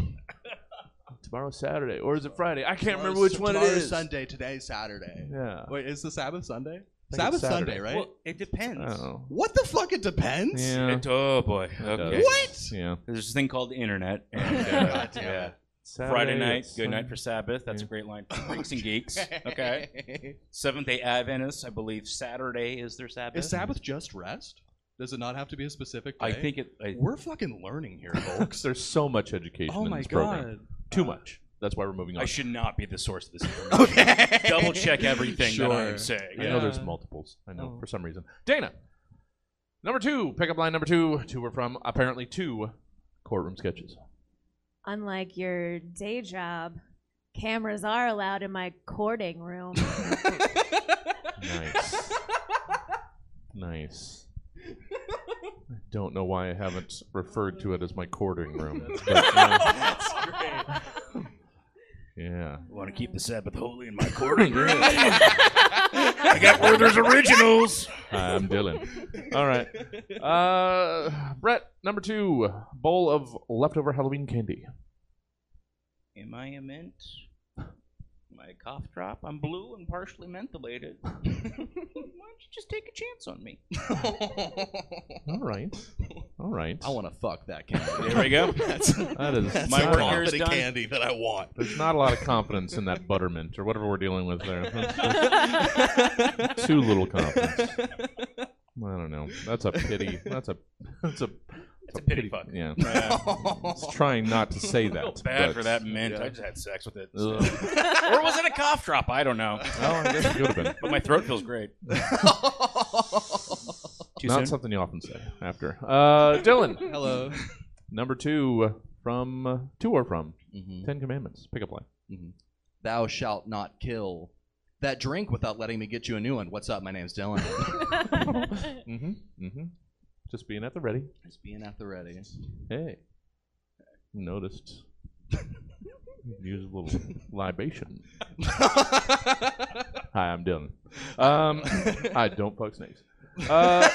Speaker 1: Tomorrow's Saturday, or is it Friday? I can't
Speaker 2: Tomorrow's-
Speaker 1: remember which one it
Speaker 2: tomorrow's
Speaker 1: is.
Speaker 2: Sunday. Today's Saturday.
Speaker 1: Yeah.
Speaker 2: Wait, is the Sabbath Sunday?
Speaker 1: it's
Speaker 2: Sabbath
Speaker 1: Saturday.
Speaker 2: Sunday, right?
Speaker 3: Well, it depends.
Speaker 1: Oh.
Speaker 2: what the fuck? It depends.
Speaker 1: Yeah.
Speaker 3: It- oh boy. Okay.
Speaker 2: What?
Speaker 1: Yeah.
Speaker 3: There's this thing called the internet. And, uh,
Speaker 2: God damn
Speaker 3: yeah.
Speaker 2: it.
Speaker 3: Friday
Speaker 1: Saturday,
Speaker 3: night,
Speaker 1: it's
Speaker 3: good night
Speaker 1: Sunday.
Speaker 3: for Sabbath. That's
Speaker 1: Yeah.
Speaker 3: a great line. for Freaks and geeks. Okay. Seventh Day Adventists, I believe Saturday is their Sabbath.
Speaker 2: Is Sabbath just rest? Does it not have to be a specific day?
Speaker 3: I think it. I,
Speaker 2: we're fucking learning here, folks.
Speaker 1: There's so much education
Speaker 2: oh
Speaker 1: in
Speaker 2: my
Speaker 1: this
Speaker 2: god.
Speaker 1: program. Too much. That's why we're moving on.
Speaker 3: I should not be the source of this information.
Speaker 2: Okay.
Speaker 3: Double check everything that
Speaker 2: Sure.
Speaker 3: I'm saying.
Speaker 1: I know
Speaker 2: Yeah.
Speaker 1: there's multiples. I know
Speaker 2: Oh.
Speaker 1: for some reason. Dana. Number two, pickup line number two. Two were from apparently two courtroom sketches.
Speaker 4: Unlike your day job, cameras are allowed in my courting room.
Speaker 1: Nice. nice. I don't know why I haven't referred to it as my courting room. but, uh,
Speaker 3: That's great.
Speaker 1: yeah.
Speaker 3: Want to keep the Sabbath holy in my courting room. I got Werther's originals.
Speaker 1: Hi, I'm Dylan. All right. Uh, Brett, number two, bowl of leftover Halloween candy.
Speaker 3: Am I a mint? My cough drop. I'm blue and partially mentholated. Why don't you just take a chance on me?
Speaker 1: All right. All right.
Speaker 2: I want to fuck that candy.
Speaker 3: There we go.
Speaker 2: That's,
Speaker 1: That is
Speaker 2: that's
Speaker 3: My
Speaker 2: the
Speaker 3: work
Speaker 1: not-
Speaker 3: here is
Speaker 2: quality
Speaker 3: done.
Speaker 2: candy that I want.
Speaker 1: There's not a lot of confidence in that buttermint or whatever we're dealing with there. Too little confidence. I don't know. That's a pity. That's a that's a that's
Speaker 3: a pity fuck.
Speaker 1: Yeah.
Speaker 3: Yeah.
Speaker 1: It's trying not to say that.
Speaker 3: I feel bad
Speaker 1: but-
Speaker 3: for that mint.
Speaker 2: yeah.
Speaker 3: I just had sex with it.
Speaker 1: Ugh.
Speaker 3: or was it a cough drop? I don't know.
Speaker 1: Oh, I guess it could have been.
Speaker 3: But my throat feels great. Too
Speaker 1: Not
Speaker 3: soon?
Speaker 1: something you often say after. Uh, Dylan,
Speaker 2: Hello.
Speaker 1: number two from uh, to or from
Speaker 2: Mm-hmm.
Speaker 1: Ten Commandments. Pick up line.
Speaker 2: Thou shalt not kill. That drink without letting me get you a new one. What's up? My name's Dylan.
Speaker 1: Mm-hmm. Mm-hmm. Just being at the ready.
Speaker 2: Just being at the ready.
Speaker 1: Hey, noticed. Use a little libation. Hi, I'm Dylan. Um, I don't fuck snakes. Uh,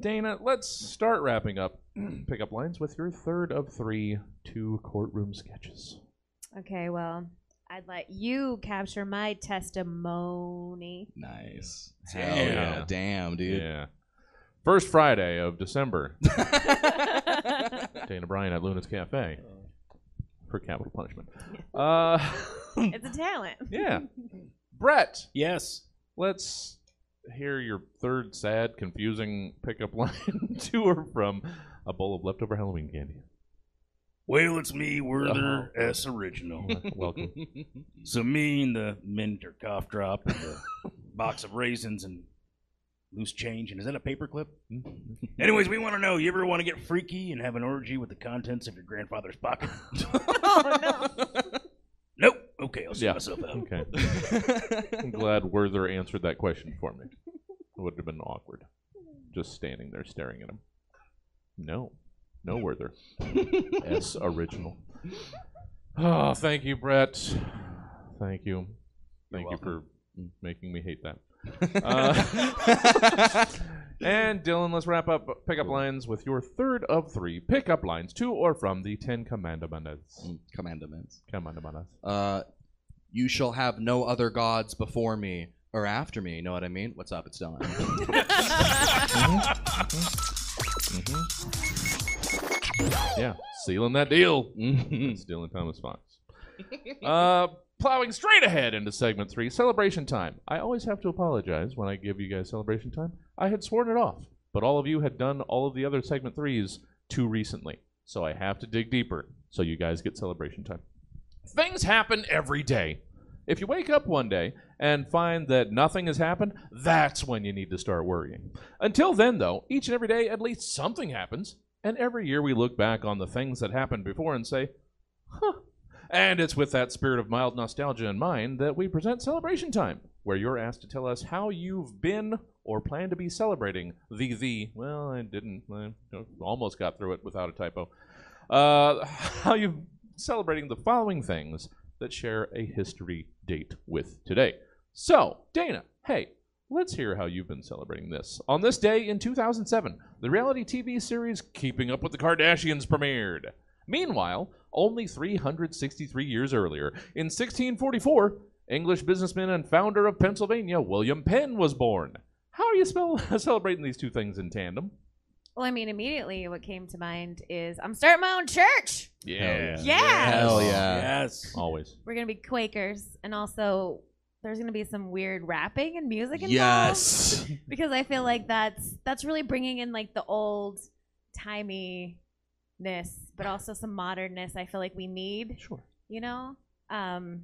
Speaker 1: Dana, let's start wrapping up pickup lines with your third of three two courtroom sketches.
Speaker 4: Okay, well, I'd let you capture my testimony.
Speaker 2: Nice.
Speaker 1: Damn.
Speaker 2: Hell yeah. Damn, dude.
Speaker 1: Yeah. First Friday of December, Dana Bryan at Luna's Cafe for capital punishment. Uh,
Speaker 4: It's a talent.
Speaker 1: yeah. Brett,
Speaker 7: yes.
Speaker 1: let's hear your third sad, confusing pickup line tour from a bowl of leftover Halloween candy.
Speaker 7: Well, it's me, Werther
Speaker 1: Oh.
Speaker 7: S. Original.
Speaker 1: Welcome.
Speaker 7: so me and the mint or cough drop and the box of raisins and loose change. And is that a paperclip?
Speaker 1: Mm-hmm.
Speaker 7: Anyways, we want to know, you ever want to get freaky and have an orgy with the contents of your grandfather's pocket? Nope. Okay, I'll see
Speaker 1: Oh, Yeah.
Speaker 7: myself out.
Speaker 1: okay. I'm glad Werther answered that question for me. It would have been awkward just standing there staring at him. No. No Werther. S original. Oh, thank you, Brett. Thank you. Thank you for making me hate that. Uh, and Dylan, let's wrap up pickup lines with your third of three pickup lines to or from the Ten Commandments.
Speaker 2: Mm. Commandments.
Speaker 1: Commandments.
Speaker 2: Uh, you shall have no other gods before me or after me. You know what I mean? What's up? It's Dylan.
Speaker 1: Yeah, sealing that deal.
Speaker 2: Mm-hmm.
Speaker 1: It's Dylan Thomas Fox. Uh, plowing straight ahead into segment three, celebration time. I always have to apologize when I give you guys celebration time. I had sworn it off, but all of you had done all of the other segment threes too recently, so I have to dig deeper. So you guys get celebration time. Things happen every day. If you wake up one day and find that nothing has happened, that's when you need to start worrying. Until then, though, each and every day at least something happens, and every year we look back on the things that happened before and say, huh. And it's with that spirit of mild nostalgia in mind that we present Celebration Time, where you're asked to tell us how you've been or plan to be celebrating the, the, well, I didn't, I almost got through it without a typo, uh, how you've celebrating the following things that share a history date with today. So, Dana, hey, Let's hear how you've been celebrating this. On this day in 2007, the reality TV series Keeping Up with the Kardashians premiered. Meanwhile, only 363 years earlier, in 1644, English businessman and founder of Pennsylvania, William Penn, was born. How are you spell- celebrating these two things in tandem?
Speaker 4: Well, I mean, immediately what came to mind is I'm starting my own church.
Speaker 1: Yeah.
Speaker 4: Yeah.
Speaker 2: Hell yeah.
Speaker 7: Yes.
Speaker 1: Always.
Speaker 4: We're going to be Quakers. And also, there's going to be some weird rapping and music involved.
Speaker 2: Yes.
Speaker 4: Because I feel like that's that's really bringing in like the old timiness, but also some modernness I feel like we need,
Speaker 1: Sure.
Speaker 4: you know? Um,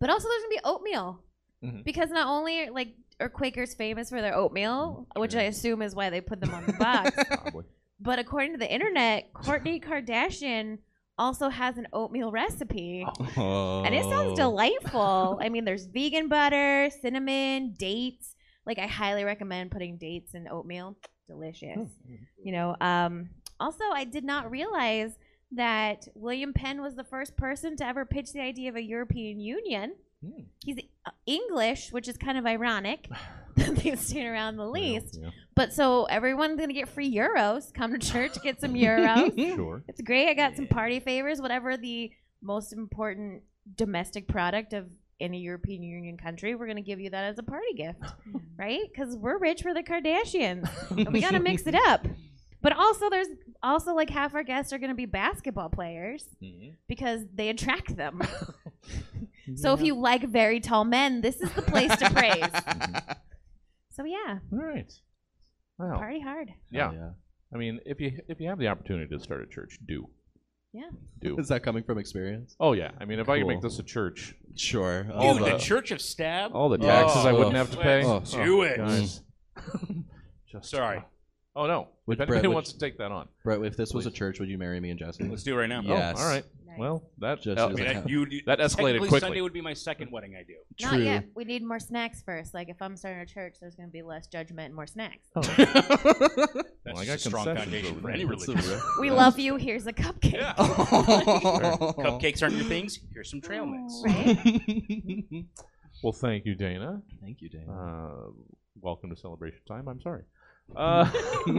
Speaker 4: but also, there's going to be oatmeal.
Speaker 1: Mhm.
Speaker 4: Because not only like are Quakers famous for their oatmeal, which I assume is why they put them on the box,
Speaker 1: Probably.
Speaker 4: But according to the internet, Courtney Kardashian also has an oatmeal recipe. And it
Speaker 2: Oh.
Speaker 4: sounds delightful. I mean, there's vegan butter, cinnamon, dates. Like I highly recommend putting dates in oatmeal. Delicious.
Speaker 1: Hmm.
Speaker 4: You know, um also I did not realize that William Penn was the first person to ever pitch the idea of a European Union.
Speaker 1: Hmm.
Speaker 4: He's uh, English, which is kind of ironic. They've stayed around the least.
Speaker 1: Yeah,
Speaker 4: But so everyone's gonna get free euros. Come to church, get some euros.
Speaker 1: yeah. Sure.
Speaker 4: it's great. I got some party favors. Whatever the most important domestic product of any European Union country, we're gonna give you that as a party gift, right? Because we're rich for the Kardashians, and we gotta mix it up. But also, there's also like half our guests are gonna be basketball players because they attract them. so if you like very tall men, this is the place to praise. So yeah,
Speaker 1: All right. Wow.
Speaker 4: party hard.
Speaker 1: Yeah.
Speaker 2: Hell
Speaker 1: I mean, if you if you have the opportunity to start a church, do.
Speaker 4: Yeah.
Speaker 1: Do.
Speaker 2: Is that coming from experience?
Speaker 1: Oh yeah. I mean, if I could make
Speaker 2: Cool.
Speaker 1: this a church, uh,
Speaker 2: Sure.
Speaker 1: All
Speaker 7: Dude,
Speaker 1: the-
Speaker 7: the Church of Stab?
Speaker 1: all the taxes I
Speaker 2: Oh.
Speaker 1: wouldn't have to pay.
Speaker 2: Oh.
Speaker 7: Do it.
Speaker 1: guys. Just
Speaker 7: Sorry.
Speaker 1: Oh no.
Speaker 2: Would
Speaker 1: if anybody
Speaker 2: Brett- would-
Speaker 1: wants to take that on,
Speaker 2: Brett, if this was a church, would you marry me and Jesse?
Speaker 7: Let's do it right now.
Speaker 1: Oh, all right.
Speaker 4: Nice. Nice.
Speaker 1: Well, that
Speaker 2: Just
Speaker 1: uh,
Speaker 2: as
Speaker 7: I mean,
Speaker 2: a-
Speaker 1: that-
Speaker 7: I, you, you-
Speaker 1: that escalated
Speaker 7: technically,
Speaker 1: quickly.
Speaker 7: Sunday would be my second wedding I do.
Speaker 4: Not
Speaker 2: True.
Speaker 4: yet. We need more snacks first. Like if I'm starting a church, there's going to be less judgment and more snacks.
Speaker 7: That's
Speaker 1: Well, I got
Speaker 7: just a strong
Speaker 1: concessions
Speaker 7: foundation
Speaker 1: over
Speaker 7: for
Speaker 1: there.
Speaker 7: any
Speaker 1: That's a
Speaker 7: religion.
Speaker 4: We love you. Here's a cupcake.
Speaker 7: Yeah.
Speaker 8: Oh.
Speaker 7: Cupcakes aren't your things. Here's some trail mix.
Speaker 4: Right?
Speaker 1: Well, thank you, Dana.
Speaker 2: Thank you, Dave.
Speaker 1: Uh, welcome to celebration time. I'm sorry. Uh,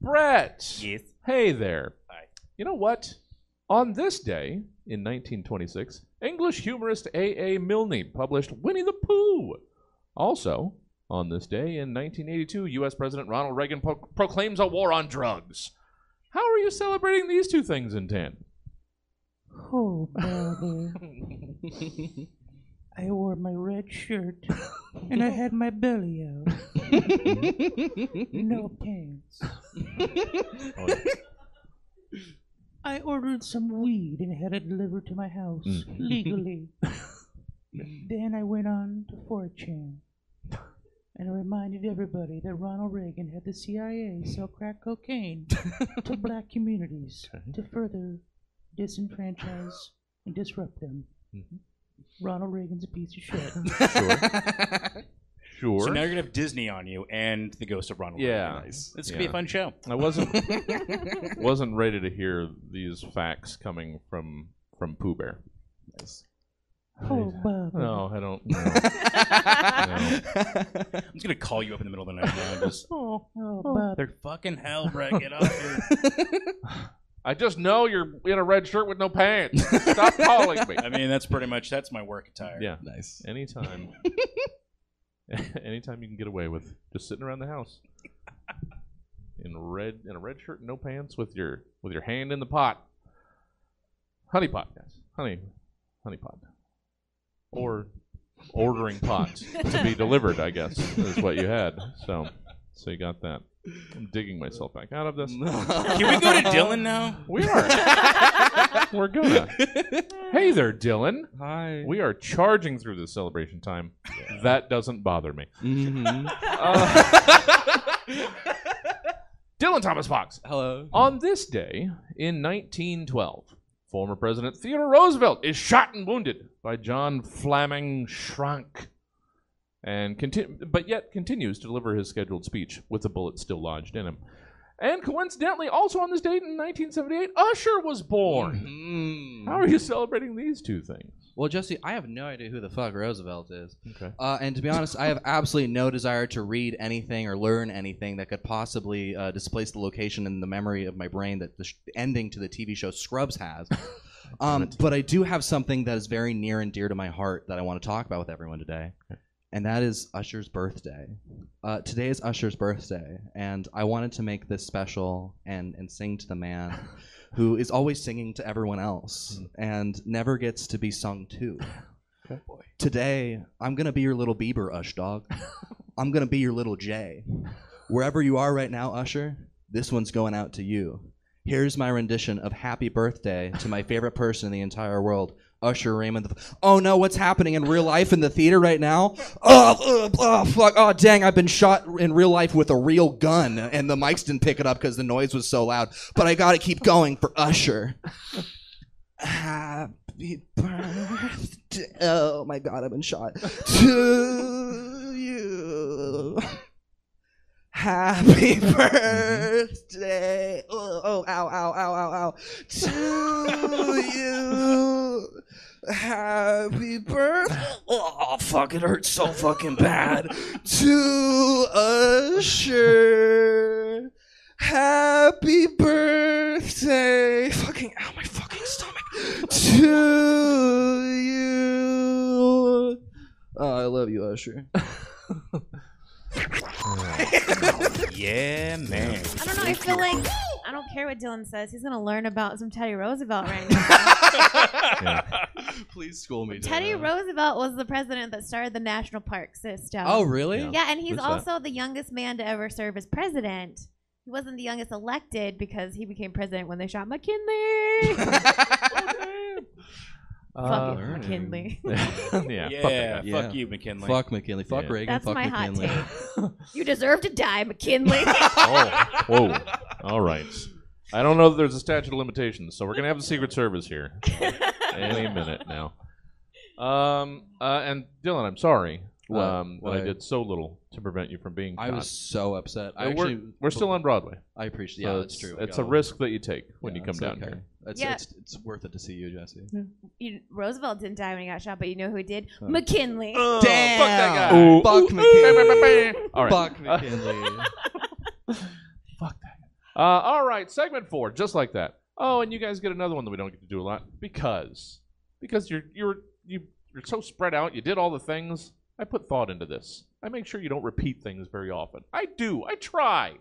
Speaker 1: Brett.
Speaker 7: Yes.
Speaker 1: Hey there.
Speaker 7: Hi.
Speaker 1: You know what? On this day in 1926, English humorist A. A. Milne published Winnie the Pooh. Also, on this day in 1982, U.S. President Ronald Reagan pro- proclaims a war on drugs. How are you celebrating these two things in tandem?
Speaker 8: Oh, brother. I wore my red shirt and I had my belly out. No pants. I ordered some weed and had it delivered to my house
Speaker 1: Mm.
Speaker 8: legally. then I went on to 4chan and reminded everybody that Ronald Reagan had the CIA sell crack cocaine to black communities to further disenfranchise and disrupt them. Ronald Reagan's a piece of shit.
Speaker 1: Sure.
Speaker 7: So now you're gonna have Disney on you and the Ghost of Ronald.
Speaker 1: Yeah.
Speaker 7: Reagan. Nice. This could be
Speaker 1: Yeah.
Speaker 7: a fun show.
Speaker 1: I wasn't wasn't ready to hear these facts coming from from Pooh Bear.
Speaker 8: oh, Bob.
Speaker 1: No, I don't. no.
Speaker 7: I'm just gonna call you up in the middle of the night now. and Just
Speaker 8: Oh, Bob.
Speaker 7: they're fucking hell, Brett. Get up here.
Speaker 1: I just know you're in a red shirt with no pants. Stop calling me.
Speaker 7: I mean, that's pretty much that's my work attire.
Speaker 1: Yeah,
Speaker 2: nice.
Speaker 1: anytime. anytime you can get away with just sitting around the house in red in a red shirt and no pants with your with your hand in the pot. Honey pot, guys. Honey honey pot. Or ordering pot to be delivered, I guess, is what you had. So so you got that. I'm digging myself back out of this.
Speaker 7: Can we go to Dylan now?
Speaker 1: We are. We're gonna. Hey there, Dylan.
Speaker 2: Hi.
Speaker 1: We are charging through this celebration time. That doesn't bother me.
Speaker 2: Mm-hmm.
Speaker 1: Dylan Thomas Fox.
Speaker 2: Hello.
Speaker 1: On this day in 1912, former President Theodore Roosevelt is shot and wounded by John Fleming Schrank, and conti- but yet continues to deliver his scheduled speech with the bullet still lodged in him. And coincidentally, also on this date in 1978, Usher was born.
Speaker 2: Mm.
Speaker 1: How are you celebrating these two things?
Speaker 2: Well, Jesse, I have no idea who the fuck Roosevelt is.
Speaker 1: Okay.
Speaker 2: Uh, and to be honest, I have absolutely no desire to read anything or learn anything that could possibly uh, displace the location in the memory of my brain that the sh- ending to the TV show Scrubs has. Um, but I do have something that is very near and dear to my heart that I want to talk about with everyone today, and that is Usher's birthday. Uh, today is Usher's birthday, and I wanted to make this special and and sing to the man who is always singing to everyone else and never gets to be sung to. Today, I'm gonna be your little Bieber, Ush dog. I'm gonna be your little Jay. Wherever you are right now, Usher, this one's going out to you. Here's my rendition of Happy Birthday to my favorite person in the entire world, Usher Raymond. The oh no, what's happening in real life in the theater right now? Oh, oh, oh, fuck. Oh, dang, I've been shot in real life with a real gun, and the mics didn't pick it up because the noise was so loud. But I gotta keep going for Usher. Happy birthday. Oh my god, I've been shot. to you. Happy birthday. Oh, oh, ow, ow, ow, ow, ow. To you. Happy birthday. Oh, fuck, it hurts so fucking bad. to Usher. Happy birthday. Fucking, ow, my fucking stomach. to you. Oh, I love you, Usher.
Speaker 7: Yeah, man.
Speaker 4: I don't know. I feel like I don't care what Dylan says. He's gonna learn about some Teddy Roosevelt right now.
Speaker 2: Please school me.
Speaker 4: Teddy Roosevelt was the president that started the national park system.
Speaker 2: Oh, really?
Speaker 4: Yeah, and he's
Speaker 1: Who's that?
Speaker 4: also the youngest man to ever serve as president. He wasn't the youngest elected because he became president when they shot McKinley.
Speaker 1: Uh,
Speaker 4: Fuck you, McKinley.
Speaker 1: yeah.
Speaker 7: Yeah,
Speaker 1: fuck that
Speaker 7: fuck,
Speaker 1: guy.
Speaker 2: Yeah.
Speaker 7: you, McKinley.
Speaker 2: Fuck McKinley. Fuck
Speaker 1: Yeah.
Speaker 2: Reagan.
Speaker 4: That's
Speaker 2: fuck
Speaker 4: my hot
Speaker 2: McKinley.
Speaker 4: take. You deserve to die, McKinley.
Speaker 1: Oh, whoa. All right. I don't know that there's a statute of limitations, so we're gonna have the Secret Service here any minute now. Um, uh, and Dylan, I'm sorry
Speaker 2: What?
Speaker 1: um, that I
Speaker 2: What?
Speaker 1: did so little to prevent you from being.
Speaker 2: I
Speaker 1: caught.
Speaker 2: was so upset. I
Speaker 1: Uh, we're,
Speaker 2: actually,
Speaker 1: we're still on Broadway.
Speaker 2: I appreciate.
Speaker 1: so
Speaker 2: Yeah,
Speaker 1: it's,
Speaker 2: that's true.
Speaker 1: It's
Speaker 2: God.
Speaker 1: a risk that you take when
Speaker 2: Yeah,
Speaker 1: you come
Speaker 2: it's
Speaker 1: down
Speaker 2: okay.
Speaker 1: here.
Speaker 2: It's,
Speaker 4: Yeah.
Speaker 2: it's it's worth it to see you, Jesse.
Speaker 4: You, Roosevelt didn't die when he got shot, but you know who did?
Speaker 2: Huh.
Speaker 4: McKinley.
Speaker 3: Uh.
Speaker 2: Damn.
Speaker 1: Fuck that guy.
Speaker 2: Ooh, Fuck
Speaker 1: Ooh,
Speaker 2: McKinley.
Speaker 1: ooh. All right.
Speaker 2: Fuck
Speaker 1: Uh,
Speaker 2: McKinley.
Speaker 1: Uh, all right, segment four, just like that. Oh, and you guys get another one that we don't get to do a lot because because you're you're you, you're so spread out. You did all the things. I put thought into this. I make sure you don't repeat things very often. I do. I try.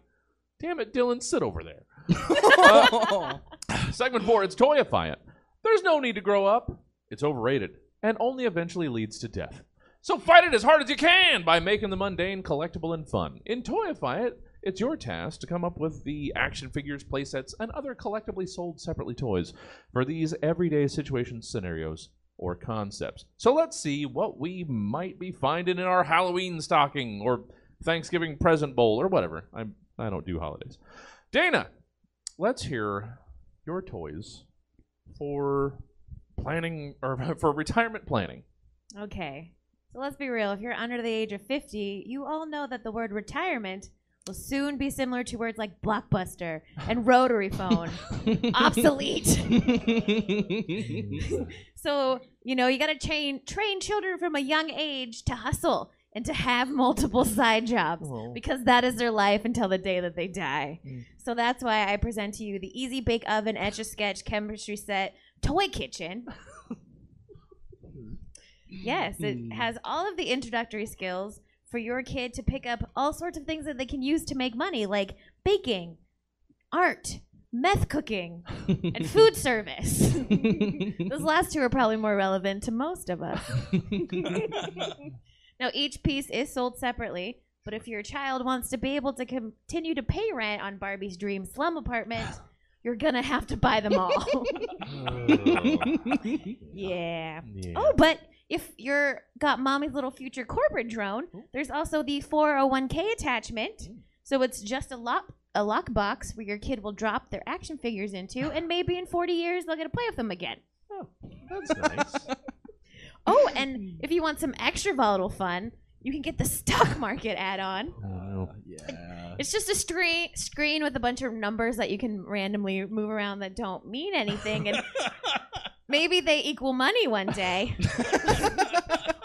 Speaker 1: Damn it, Dylan, sit over there. Uh, segment four. It's toyifying. There's no need to grow up. It's overrated and only eventually leads to death. So fight it as hard as you can by making the mundane collectible and fun. In Toyify It, it's your task to come up with the action figures, playsets, and other collectively sold separately toys for these everyday situation scenarios or concepts. So let's see what we might be finding in our Halloween stocking or Thanksgiving present bowl or whatever. I I don't do holidays. Dana, let's hear your toys for planning or for retirement planning.
Speaker 4: Okay. So let's be real. If you're under the age of 50, you all know that the word retirement will soon be similar to words like blockbuster and rotary phone. Obsolete. So, you know, you got to train train children from a young age to hustle and to have multiple side jobs because that is their life until the day that they die. So that's why I present to you the Easy Bake Oven Etch a Sketch Chemistry Set Toy Kitchen. yes, it has all of the introductory skills for your kid to pick up all sorts of things that they can use to make money, like baking, art, meth cooking, and food service. Those last two are probably more relevant to most of us. now, each piece is sold separately, but if your child wants to be able to continue to pay rent on Barbie's dream slum apartment, you're gonna have to buy them all. yeah. Oh, but if you're got mommy's little future corporate drone, there's also the 401k attachment. So it's just a lock a lockbox where your kid will drop their action figures into, and maybe in 40 years they'll get to play with them again.
Speaker 1: That's nice.
Speaker 4: Oh, and if you want some extra volatile fun, you can get the stock market add-on.
Speaker 2: yeah.
Speaker 4: It's just a screen screen with a bunch of numbers that you can randomly move around that don't mean anything, and maybe they equal money one day.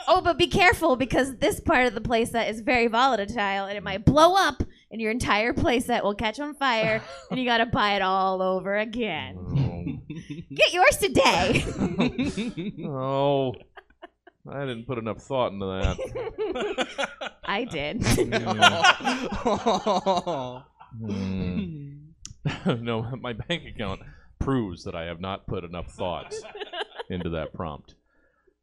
Speaker 4: oh, but be careful because this part of the playset is very volatile, and it might blow up, and your entire playset will catch on fire, and you gotta buy it all over again. Get yours today.
Speaker 1: oh, I didn't put enough thought into that.
Speaker 4: I did.
Speaker 1: Oh. no, my bank account proves that I have not put enough thought into that prompt.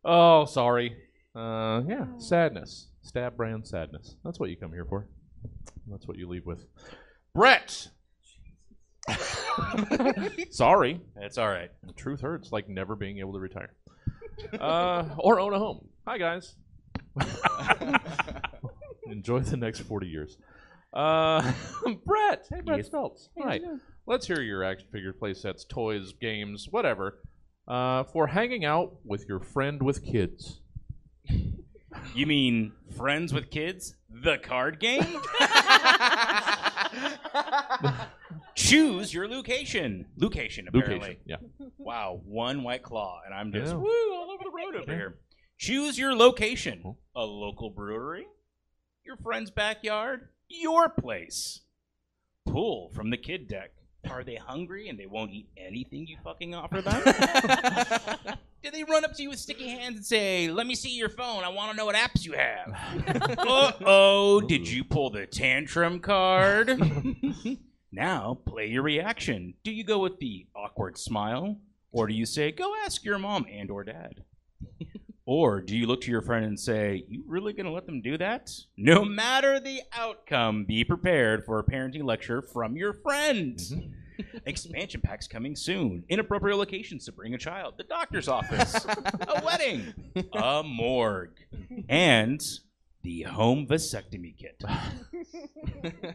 Speaker 1: Oh, sorry. Uh, yeah, sadness. Stab brand sadness. That's what you come here for. That's what you leave with. Brett! sorry.
Speaker 3: That's all right.
Speaker 1: Truth hurts, like never being able to retire uh, or own a home. Hi, guys. Enjoy the next 40 years. Uh, Brett. Hey, Brett Stoltz. Hi. Let's hear your action figure playsets, toys, games, whatever, uh, for hanging out with your friend with kids.
Speaker 3: You mean friends with kids? The card game? Choose your location. Location, apparently.
Speaker 1: Location. Yeah.
Speaker 3: Wow, one white claw, and I'm just
Speaker 1: Yeah.
Speaker 3: woo all over the road over here. Choose your location: a local brewery, your friend's backyard, your place. Pull from the kid deck. Are they hungry and they won't eat anything you fucking offer them? Do they run up to you with sticky hands and say, "Let me see your phone. I want to know what apps you have." Uh-oh, did you pull the tantrum card? Now, play your reaction. Do you go with the awkward smile, or do you say, "Go ask your mom and or dad"? or do you look to your friend and say, "You really going to let them do that?" No matter the outcome, be prepared for a parenting lecture from your friend. Expansion packs coming soon. Inappropriate locations to bring a child. The doctor's office. a wedding. A morgue. And the home vasectomy kit.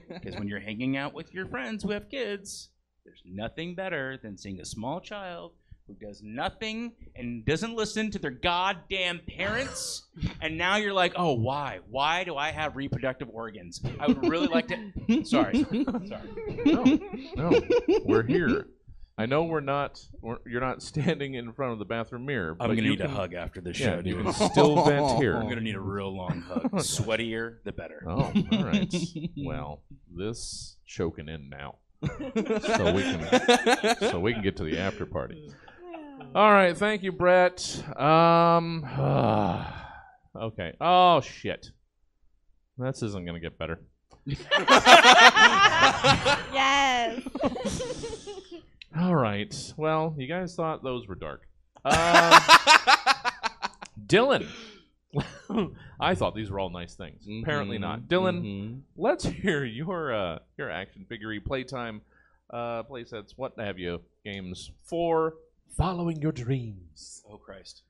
Speaker 3: Because when you're hanging out with your friends who have kids, There's nothing better than seeing a small child who does nothing and doesn't listen to their goddamn parents. and now you're like, oh, why? Why do I have reproductive organs? I would really like to. Sorry. Sorry.
Speaker 1: No, no, we're here. I know we're not. We're, you're not standing in front of the bathroom mirror.
Speaker 7: I'm
Speaker 1: but
Speaker 7: gonna
Speaker 1: you
Speaker 7: need a
Speaker 1: can-
Speaker 7: hug after this
Speaker 1: Yeah,
Speaker 7: show,
Speaker 1: you
Speaker 7: dude.
Speaker 1: can still vent here.
Speaker 7: I'm gonna need a real long hug. Sweatier, the better.
Speaker 1: Oh, all right. Well, this show can end now, so we can so we can get to the after party. All right, thank you, Brett. Um, okay. Oh shit, this isn't gonna get better.
Speaker 4: yes.
Speaker 1: All right. Well, you guys thought those were dark. Um, Dylan, I thought these were all nice things. Apparently
Speaker 3: Mm-hmm.
Speaker 1: not. Dylan,
Speaker 2: Mhm.
Speaker 1: let's hear your uh, your action figure playtime, uh, playsets, what have you, games for following your dreams.
Speaker 7: Oh Christ.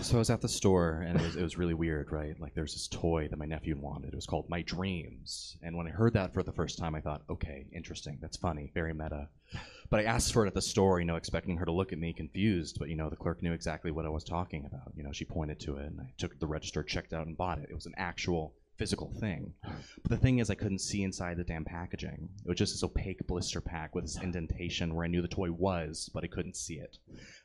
Speaker 2: So I was at the store and it was, it was really weird, right? Like there's this toy that my nephew wanted. It was called My Dreams. And when I heard that for the first time, I thought, okay, interesting. That's funny. Very meta. But I asked for it at the store, you know, expecting her to look at me confused. But, you know, the clerk knew exactly what I was talking about. You know, she pointed to it and I took the register, checked out, and bought it. It was an actual physical thing. But the thing is, I couldn't see inside the damn packaging. It was just this opaque blister pack with this indentation where I knew the toy was, but I couldn't see it.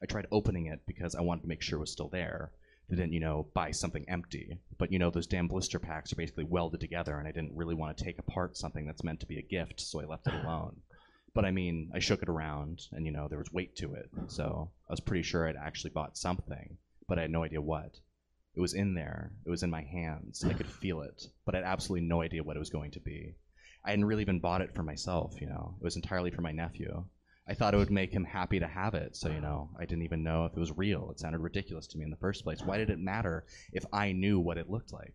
Speaker 2: I tried opening it because I wanted to make sure it was still there. They didn't, you know, buy something empty. But you know, those damn blister packs are basically welded together, and I didn't really want to take apart something that's meant to be a gift, so I left it alone. But I mean, I shook it around, and you know, there was weight to it, so I was pretty sure I'd actually bought something, but I had no idea what. It was in there. It was in my hands. I could feel it, but I had absolutely no idea what it was going to be. I hadn't really even bought it for myself, you know. It was entirely for my nephew. I thought it would make him happy to have it, so you know, I didn't even know if it was real. It sounded ridiculous to me in the first place. Why did it matter if I knew what it looked like?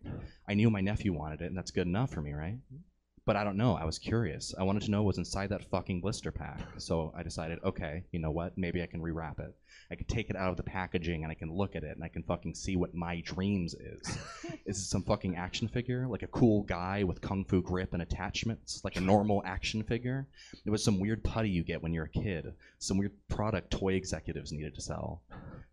Speaker 2: I knew my nephew wanted it, and that's good enough for me, right? But I don't know. I was curious. I wanted to know what was inside that fucking blister pack. So I decided, okay, you know what? Maybe I can rewrap it. I can take it out of the packaging and I can look at it and I can fucking see what my dreams is. is it some fucking action figure? Like a cool guy with kung fu grip and attachments? Like a normal action figure? It was some weird putty you get when you're a kid. Some weird product toy executives needed to sell.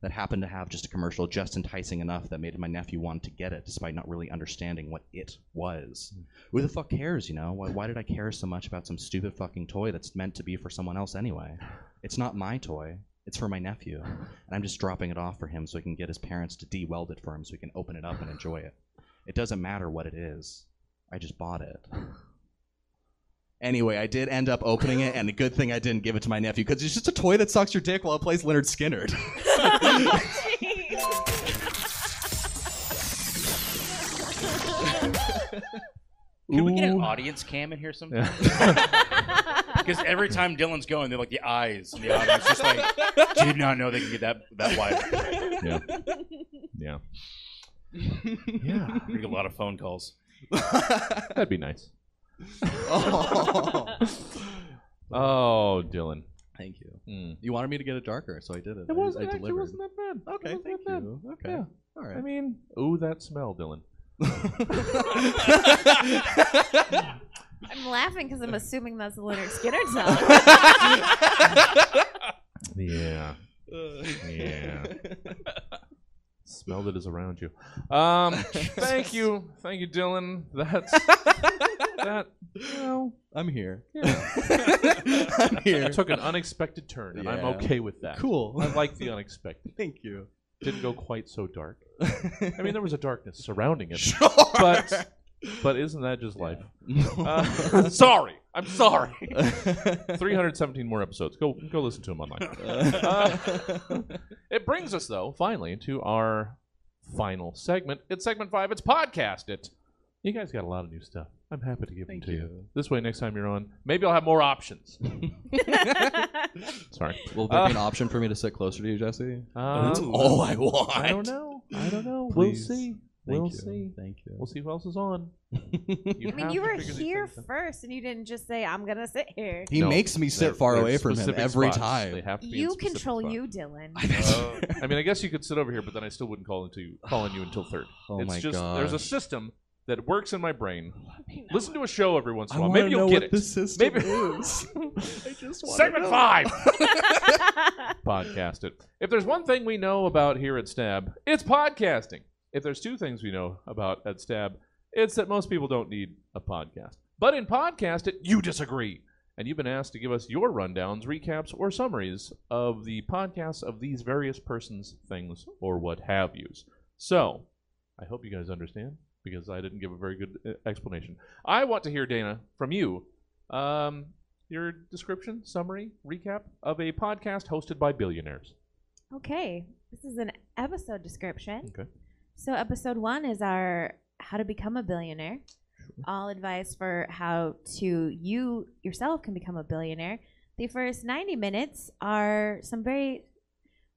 Speaker 2: That happened to have just a commercial just enticing enough that made my nephew want to get it despite not really understanding what it was. Who the fuck cares, you know? Why, why did I care so much about some stupid fucking toy that's meant to be for someone else anyway? It's not my toy. It's for my nephew, and I'm just dropping it off for him so he can get his parents to de-weld it for him so he can open it up and enjoy it. It doesn't matter what it is. I just bought it. Anyway, I did end up opening it, and a good thing I didn't give it to my nephew because it's just a toy that sucks your dick while it plays Leonard Skinner.
Speaker 7: Can we get an audience cam in here sometime? Because every time Dylan's going, they're like the eyes in the audience, just like did not know they can get that that wide.
Speaker 1: Yeah. Yeah.
Speaker 7: Yeah, we get a lot of phone calls.
Speaker 1: That'd be nice.
Speaker 2: oh.
Speaker 1: Oh, Dylan.
Speaker 2: Thank you.
Speaker 1: Mm.
Speaker 2: You wanted me to get it darker, so I did it. I- I
Speaker 1: actually
Speaker 2: delivered.
Speaker 1: that bad.
Speaker 2: Okay,
Speaker 1: It wasn't
Speaker 2: thank
Speaker 1: that bad.
Speaker 2: you. Okay,
Speaker 1: Yeah.
Speaker 2: all
Speaker 1: I mean, ooh, that smell, Dylan.
Speaker 2: right.
Speaker 4: I'm laughing because I'm assuming that's the Leonard Skinner song.
Speaker 1: Yeah. Yeah. Smell that is around you. Um, thank you, thank you, Dylan. That's that.
Speaker 2: I'm here. I'm here.
Speaker 1: Took an unexpected turn, and I'm
Speaker 2: Yeah.
Speaker 1: okay with that.
Speaker 2: Cool.
Speaker 1: I like the unexpected.
Speaker 2: Thank you.
Speaker 1: Didn't go quite so dark. I mean, there was a darkness surrounding it,
Speaker 2: Sure.
Speaker 1: but but isn't that just life? Uh, sorry, I'm sorry.
Speaker 2: uh,
Speaker 1: 317 more episodes. Go go listen to them online. Uh, it brings us though finally to our final segment. It's segment five. It's podcast. It. You guys got a lot of new stuff. I'm happy to give
Speaker 2: Thank
Speaker 1: them to you.
Speaker 2: you.
Speaker 1: This way, next time you're on, maybe I'll have more options. Sorry.
Speaker 2: Will there
Speaker 1: Uh,
Speaker 2: be an option for me to sit closer to you, Jesse?
Speaker 1: Um,
Speaker 2: all I want.
Speaker 1: I don't know. I don't know.
Speaker 2: Please.
Speaker 1: We'll see.
Speaker 2: Thank
Speaker 1: we'll
Speaker 2: you.
Speaker 1: see.
Speaker 2: Thank you.
Speaker 1: We'll see who else is on.
Speaker 4: I mean,
Speaker 1: have to
Speaker 4: you were
Speaker 1: figure these
Speaker 4: here
Speaker 1: things out.
Speaker 4: first, and you didn't just say, "I'm gonna sit here."
Speaker 2: He
Speaker 1: No,
Speaker 2: makes me
Speaker 1: They're-
Speaker 2: sit far
Speaker 1: they're
Speaker 2: away from him
Speaker 1: specific
Speaker 2: every
Speaker 1: spots. They
Speaker 2: time.
Speaker 1: have to be in
Speaker 4: You
Speaker 1: specific
Speaker 4: control
Speaker 1: spots.
Speaker 4: you, Dylan.
Speaker 7: Oh.
Speaker 1: I mean, I guess you could sit over here, but then I still wouldn't call into you, call on you until third.
Speaker 2: Oh
Speaker 1: it's
Speaker 2: my
Speaker 1: just
Speaker 2: gosh.
Speaker 1: there's a system that works in my brain. Listen to a show every once in a while.
Speaker 9: wanna
Speaker 1: Maybe you'll
Speaker 9: know
Speaker 1: get
Speaker 9: what
Speaker 1: it.
Speaker 9: the system
Speaker 1: Maybe-
Speaker 9: is. I just wanna
Speaker 1: Segment
Speaker 9: know.
Speaker 1: five. podcast it. If there's one thing we know about here at Stab, it's podcasting. If there's two things we know about at Stab, it's that most people don't need a podcast. But in Podcast It, you disagree. And you've been asked to give us your rundowns, recaps, or summaries of the podcasts of these various persons, things, or what have yous. So, I hope you guys understand because I didn't give a very good uh, explanation. I want to hear, Dana, from you. Um, your description, summary, recap of a podcast hosted by billionaires.
Speaker 4: Okay, this is an episode description.
Speaker 1: Okay.
Speaker 4: So episode one is our how to become a billionaire. All advice for how to you yourself can become a billionaire. The first ninety minutes are some very,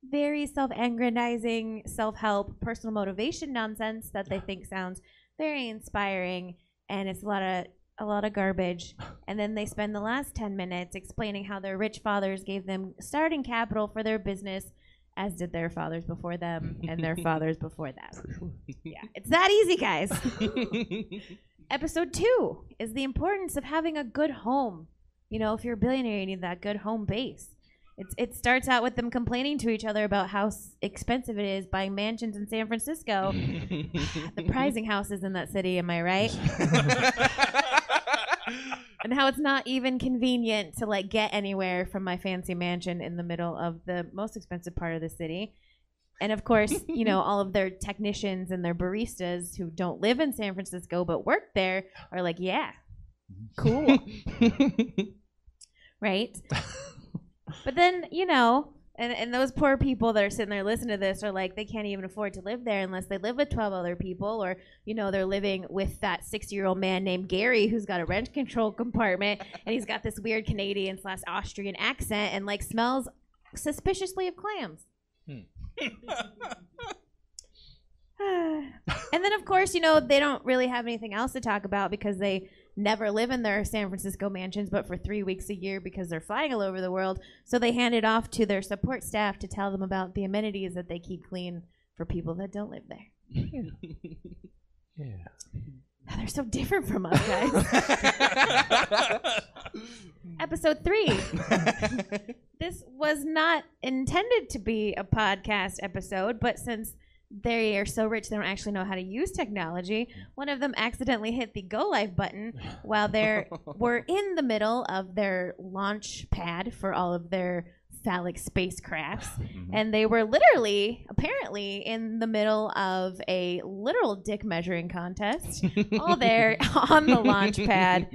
Speaker 4: very self-aggrandizing, self-help, personal motivation nonsense that they think sounds very inspiring, and it's a lot of a lot of garbage. And then they spend the last ten minutes explaining how their rich fathers gave them starting capital for their business as did their fathers before them and their fathers before them. Yeah, it's that easy, guys. Episode two is the importance of having a good home. You know, if you're a billionaire, you need that good home base. It's, it starts out with them complaining to each other about how s- expensive it is buying mansions in San Francisco. the prizing houses in that city, am I right? and how it's not even convenient to like get anywhere from my fancy mansion in the middle of the most expensive part of the city. And of course, you know, all of their technicians and their baristas who don't live in San Francisco but work there are like, yeah, cool. right? but then, you know, and, and those poor people that are sitting there listening to this are like, they can't even afford to live there unless they live with 12 other people or you know, they're living with that 60 year old man named Gary who's got a rent control compartment and he's got this weird Canadian slash Austrian accent and like smells suspiciously of clams. and then, of course, you know, they don't really have anything else to talk about because they never live in their San Francisco mansions but for three weeks a year because they're flying all over the world. So they hand it off to their support staff to tell them about the amenities that they keep clean for people that don't live there.
Speaker 1: Yeah.
Speaker 4: They're so different from us, guys. Episode three. this was not intended to be a podcast episode, but since they are so rich, they don't actually know how to use technology. One of them accidentally hit the go live button while they were in the middle of their launch pad for all of their phallic spacecrafts. And they were literally, apparently, in the middle of a literal dick measuring contest, all there on the launch pad.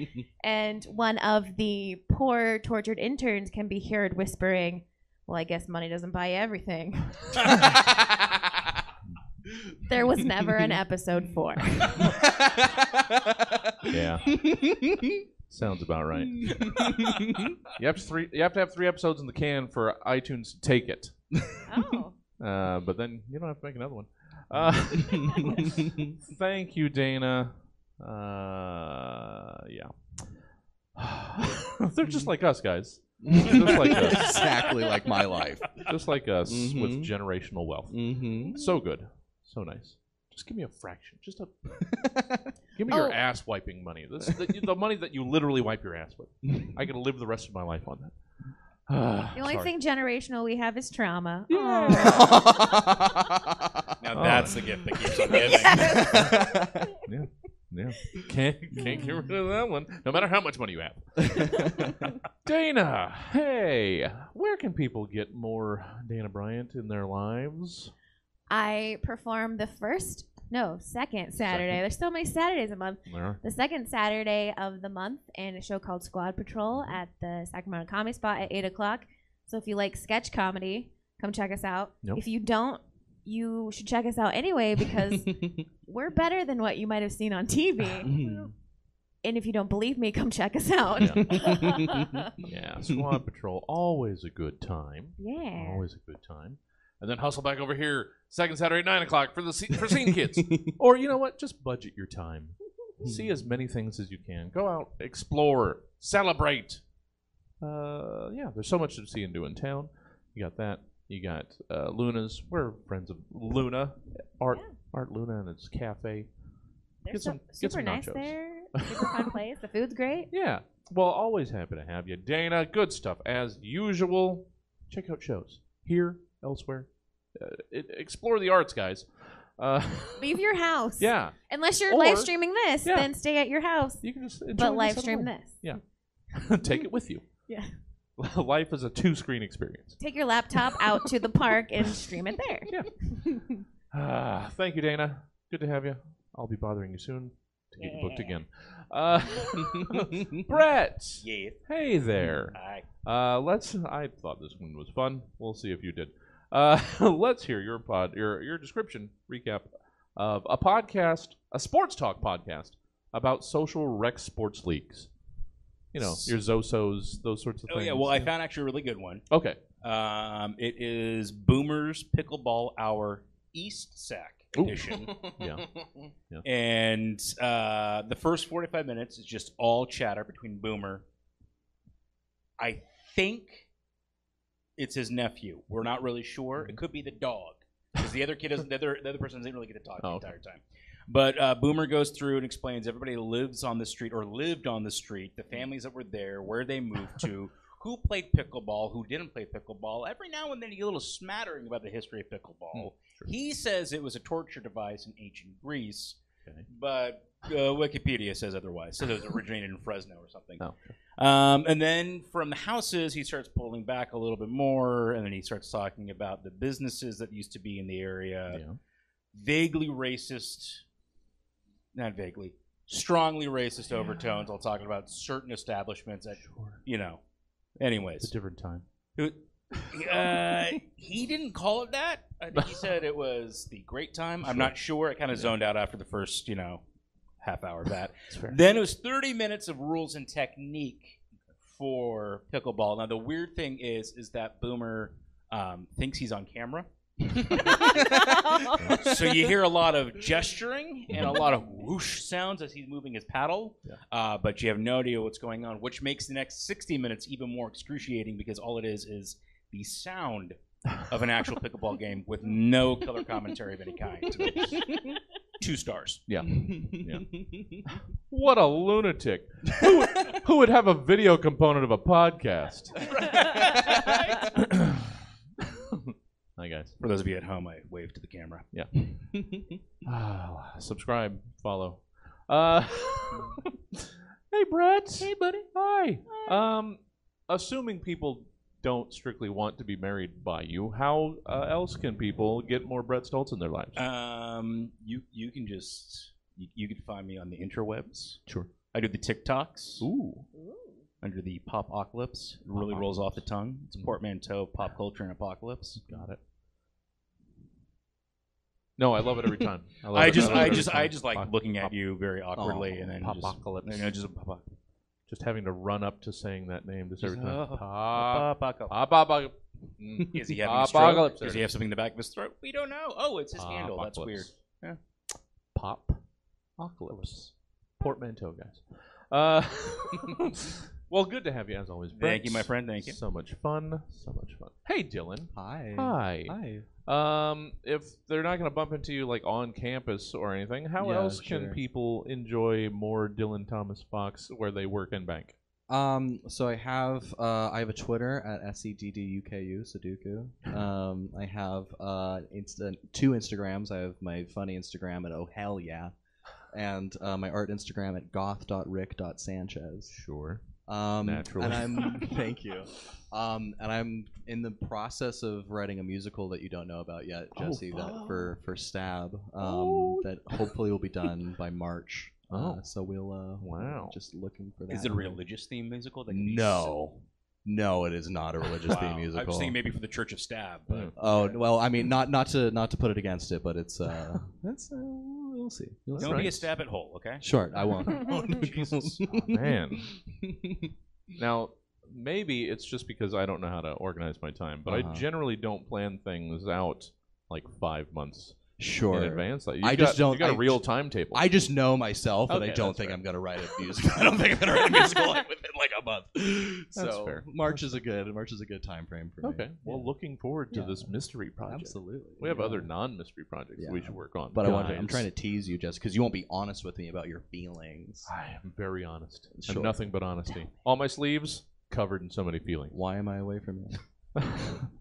Speaker 4: And one of the poor, tortured interns can be heard whispering, Well, I guess money doesn't buy everything. there was never an episode four.
Speaker 1: Yeah. Sounds about right. you have to three. You have to have three episodes in the can for iTunes to take it.
Speaker 4: Oh.
Speaker 1: Uh, but then you don't have to make another one. Uh, thank you, Dana. Uh, yeah. They're just like us, guys. Just like us.
Speaker 2: exactly like my life.
Speaker 1: Just like us with
Speaker 2: Mhm.
Speaker 1: generational wealth.
Speaker 2: Mm-hmm.
Speaker 1: So good. So nice. Just give me a fraction. Just a. give me your
Speaker 4: Oh.
Speaker 1: ass wiping money. This the, the money that you literally wipe your ass with. I could live the rest of my life on that.
Speaker 4: The only thing generational we have is trauma.
Speaker 9: Now
Speaker 1: Oh.
Speaker 9: that's the gift that keeps on giving.
Speaker 1: Yeah. Can't can't get rid of that one. No matter how much money you have. Dana, hey, where can people get more Dana Bryant in their lives?
Speaker 4: I perform the first, no, second Saturday. There's so many Saturdays a month.
Speaker 1: There.
Speaker 4: The second Saturday of the month in a show called Squad Patrol at the Sacramento Comedy Spot at 8 o'clock. So if you like sketch comedy, come check us out.
Speaker 1: Yep.
Speaker 4: If you don't, you should check us out anyway because we're better than what you might have seen on TV. And if you don't believe me, come check us out.
Speaker 2: Yeah.
Speaker 4: Yeah.
Speaker 1: Yeah, Squad Patrol, always a good time. Always a good time. And then hustle back over here, second Saturday at 9 o'clock for the se- for Scene Kids. or you know what? Just budget your time. See as many things as you can. Go out, explore, celebrate. Uh, yeah, there's so much to see and do in town. You got that. You got uh, Luna's. We're friends of Luna, Art
Speaker 4: Yeah.
Speaker 1: Art Luna, and its cafe.
Speaker 4: They're
Speaker 1: Get
Speaker 4: so,
Speaker 1: some- get
Speaker 4: super
Speaker 1: some
Speaker 4: nice
Speaker 1: nachos.
Speaker 4: there. Super fun place. The food's great.
Speaker 1: Yeah. Well, always happy to have you, Dana. Good stuff as usual. Check out shows here, elsewhere. Uh, it, explore the arts, guys. Uh,
Speaker 4: Leave your house.
Speaker 1: yeah,
Speaker 4: Unless you're
Speaker 1: Or-
Speaker 4: live streaming this,
Speaker 1: yeah.
Speaker 4: then stay at your house.
Speaker 1: you can just enjoy
Speaker 4: But live stream
Speaker 1: at
Speaker 4: this.
Speaker 1: home. Take it with you.
Speaker 4: Yeah.
Speaker 1: Life is a two-screen experience.
Speaker 4: Take your laptop out to the park and stream it there.
Speaker 1: Ah, thank you, Dana. Good to have you. I'll be bothering you soon to get you booked again. Uh, Brett.
Speaker 3: Yeah.
Speaker 1: Hey there.
Speaker 3: Hi.
Speaker 1: Uh, let's. I thought this one was fun. We'll see if you did. Uh, let's hear your pod, your your description recap of a podcast, a sports talk podcast about social rec sports leagues. You know your Zosos, those sorts of
Speaker 3: Oh
Speaker 1: things.
Speaker 3: yeah. Well, I found actually a really good one.
Speaker 1: Okay.
Speaker 3: Um, it is Boomer's Pickleball Hour East Sac
Speaker 1: Ooh.
Speaker 3: edition.
Speaker 1: Yeah. Yeah.
Speaker 3: And uh, the first 45 minutes is just all chatter between Boomer. I think it's his nephew. We're not really sure.
Speaker 1: Mm-hmm.
Speaker 3: It could be the dog. Because the other kid doesn't, the other, the other person doesn't really get to talk
Speaker 1: Oh,
Speaker 3: the
Speaker 1: okay.
Speaker 3: entire time. But uh, Boomer goes through and explains everybody lives on the street or lived on the street,
Speaker 1: Mm-hmm.
Speaker 3: the families that were there, where they moved to, who played pickleball, who didn't play pickleball. Every now and then you get a little smattering about the history of
Speaker 1: Hmm.
Speaker 3: pickleball. He says it was a torture device in ancient Greece,
Speaker 1: Okay.
Speaker 3: but uh, Wikipedia says otherwise. Says it was originated in Fresno or something.
Speaker 1: Oh,
Speaker 3: Um, and then from the houses, he starts pulling back a little bit more, and then he starts talking about the businesses that used to be in the area.
Speaker 1: Yeah.
Speaker 3: Vaguely racist, not vaguely, strongly racist overtones. I'll talk about certain establishments that, you know.
Speaker 1: It's
Speaker 3: Anyways,
Speaker 1: a different time.
Speaker 3: it- uh, he didn't call it that. I think he said it was the great time. I'm not sure. I kind of zoned out after the first, you know, half hour of that. then it was 30 minutes of rules and technique for pickleball. Now the weird thing is, is that Boomer um, thinks he's on camera. so you hear a lot of gesturing and a lot of whoosh sounds as he's moving his paddle,
Speaker 1: Yeah.
Speaker 3: uh, but you have no idea what's going on, which makes the next 60 minutes even more excruciating because all it is is the sound of an actual pickleball game with no color commentary of any kind. Two stars.
Speaker 1: Mm-hmm. What a lunatic! who, would, who would have a video component of a podcast? Hi guys.
Speaker 3: For those of you at home, I waved to the camera.
Speaker 1: Ah, subscribe, follow. Uh, hey, Brett. Hey, buddy. Hi. Um, assuming people don't strictly want to be married by you, how uh, else can people get more Brett Stoltz in their lives?
Speaker 3: Um, you you can just you, you can find me on the interwebs.
Speaker 1: Sure.
Speaker 3: I do the TikToks.
Speaker 1: Ooh.
Speaker 3: under the pop apocalypse. It really rolls off the tongue. It's a
Speaker 1: Mhm.
Speaker 3: portmanteau, pop culture, and apocalypse. Got it.
Speaker 1: No, I love it every time. love
Speaker 3: I
Speaker 1: it.
Speaker 3: just,
Speaker 1: love it
Speaker 3: I
Speaker 1: every
Speaker 3: just, I
Speaker 1: time.
Speaker 3: just like
Speaker 1: Pop-
Speaker 3: looking at
Speaker 1: pop-
Speaker 3: you very awkwardly, and then just,
Speaker 1: Popocalypse.
Speaker 3: you know, just pop, pop,
Speaker 1: Just having to run up to saying that name just every
Speaker 3: Just,
Speaker 1: time.
Speaker 3: oh,
Speaker 1: Pop-
Speaker 3: pop, pop.
Speaker 1: pop- pop- pop- Mm.
Speaker 3: Is he having a stroke?
Speaker 1: Apocalypse.
Speaker 3: Does he have something in the back of his throat? We don't know. Oh, it's his handle. That's weird.
Speaker 1: Uh, Apocalypse.
Speaker 3: Yeah.
Speaker 1: Pop. Apocalypse. Portmanteau, guys. Uh, well, good to have you as always, Brett.
Speaker 3: Thank you, my friend. Thank you.
Speaker 1: So much fun. So much fun. Hey, Dylan.
Speaker 2: Hi.
Speaker 1: Hi.
Speaker 2: Hi.
Speaker 1: Um, if they're not going to bump into you like on campus or anything, how
Speaker 2: Yeah,
Speaker 1: else can
Speaker 2: sure.
Speaker 1: people enjoy more Dylan Thomas Fox where they work in bank?
Speaker 2: Um, so I have uh, I have a Twitter at E seddduku Sudoku. Um, I have uh, insta- two Instagrams. I have my funny Instagram at oh hell yeah, and uh, my art Instagram at goth.rick.sanchez.
Speaker 1: Sure.
Speaker 2: Um,
Speaker 1: Naturally.
Speaker 2: And I'm thank you. Um, and I'm in the process of writing a musical that you don't know about yet,
Speaker 1: Oh,
Speaker 2: Jesse. that
Speaker 1: fuck.
Speaker 2: for for Stab. Um,
Speaker 1: Oh.
Speaker 2: that hopefully will be done by March.
Speaker 1: Oh.
Speaker 2: Uh, so we'll uh,
Speaker 1: Wow.
Speaker 2: Just looking for that.
Speaker 3: Is it a religious theme musical? That could be
Speaker 2: No. No, it is not a
Speaker 3: so-
Speaker 2: religious
Speaker 3: Wow.
Speaker 2: theme
Speaker 3: I was
Speaker 2: musical.
Speaker 3: thinking maybe for the Church of Stab,
Speaker 1: Yeah.
Speaker 3: but
Speaker 2: oh well, I mean, not not to not to put it against it, but it's uh, that's uh, we'll see. We'll
Speaker 3: don't
Speaker 2: see.
Speaker 3: be a stab at hole, okay?
Speaker 2: Short, I won't.
Speaker 3: Oh, Jesus.
Speaker 1: man. Now, maybe it's just because I don't know how to organize my time, but
Speaker 2: Uh-huh.
Speaker 1: I generally don't plan things out like five months in
Speaker 2: Sure.
Speaker 1: advance. Like,
Speaker 2: I
Speaker 1: you've
Speaker 2: just
Speaker 1: got-
Speaker 2: don't-
Speaker 1: You got a
Speaker 2: I
Speaker 1: real
Speaker 2: ju-
Speaker 1: timetable.
Speaker 2: I just know myself that
Speaker 1: Okay,
Speaker 2: I don't
Speaker 1: that's
Speaker 2: think
Speaker 1: fair.
Speaker 2: I'm gonna write a musical. I don't think I'm gonna write a musical like, within like
Speaker 7: that month.
Speaker 2: so
Speaker 1: fair.
Speaker 2: March is a good March is a good time frame for me.
Speaker 1: Okay. Well, looking forward to
Speaker 2: Yeah.
Speaker 1: this mystery project.
Speaker 2: Absolutely.
Speaker 1: We have other non-mystery projects that we
Speaker 2: Yeah.
Speaker 1: should work on.
Speaker 2: But I want to, I'm
Speaker 1: guys.
Speaker 2: trying to tease you, just because you won't be honest with me about your feelings.
Speaker 1: I am very honest.
Speaker 2: Sure.
Speaker 1: I'm nothing but honesty. All my sleeves covered in so many feelings.
Speaker 2: Why am I away from you?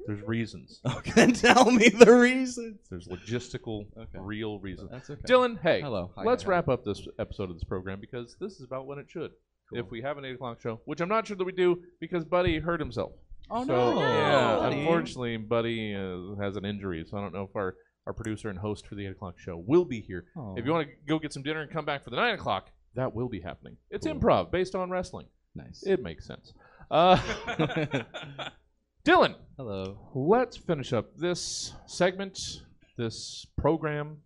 Speaker 1: There's reasons.
Speaker 2: Okay, tell me the reasons.
Speaker 1: There's logistical,
Speaker 2: Okay.
Speaker 1: real reasons.
Speaker 2: That's okay.
Speaker 1: Dylan, hey,
Speaker 2: Hello. Hi,
Speaker 1: let's
Speaker 2: hi, hi.
Speaker 1: wrap up this episode of this program because this is about when it should. If we have an eight o'clock show, which I'm not sure that we do because Buddy hurt himself.
Speaker 2: Oh
Speaker 1: So,
Speaker 2: no!
Speaker 1: Yeah,
Speaker 2: buddy.
Speaker 1: unfortunately, Buddy uh, has an injury, so I don't know if our, our producer and host for the 8 o'clock show will be here.
Speaker 2: Oh.
Speaker 1: If you want to go get some dinner and come back for the 9 o'clock, that will be happening. It's improv based on wrestling.
Speaker 2: nice.
Speaker 1: It makes sense. Uh, Dylan,
Speaker 2: Hello.
Speaker 1: let's finish up this segment, this program,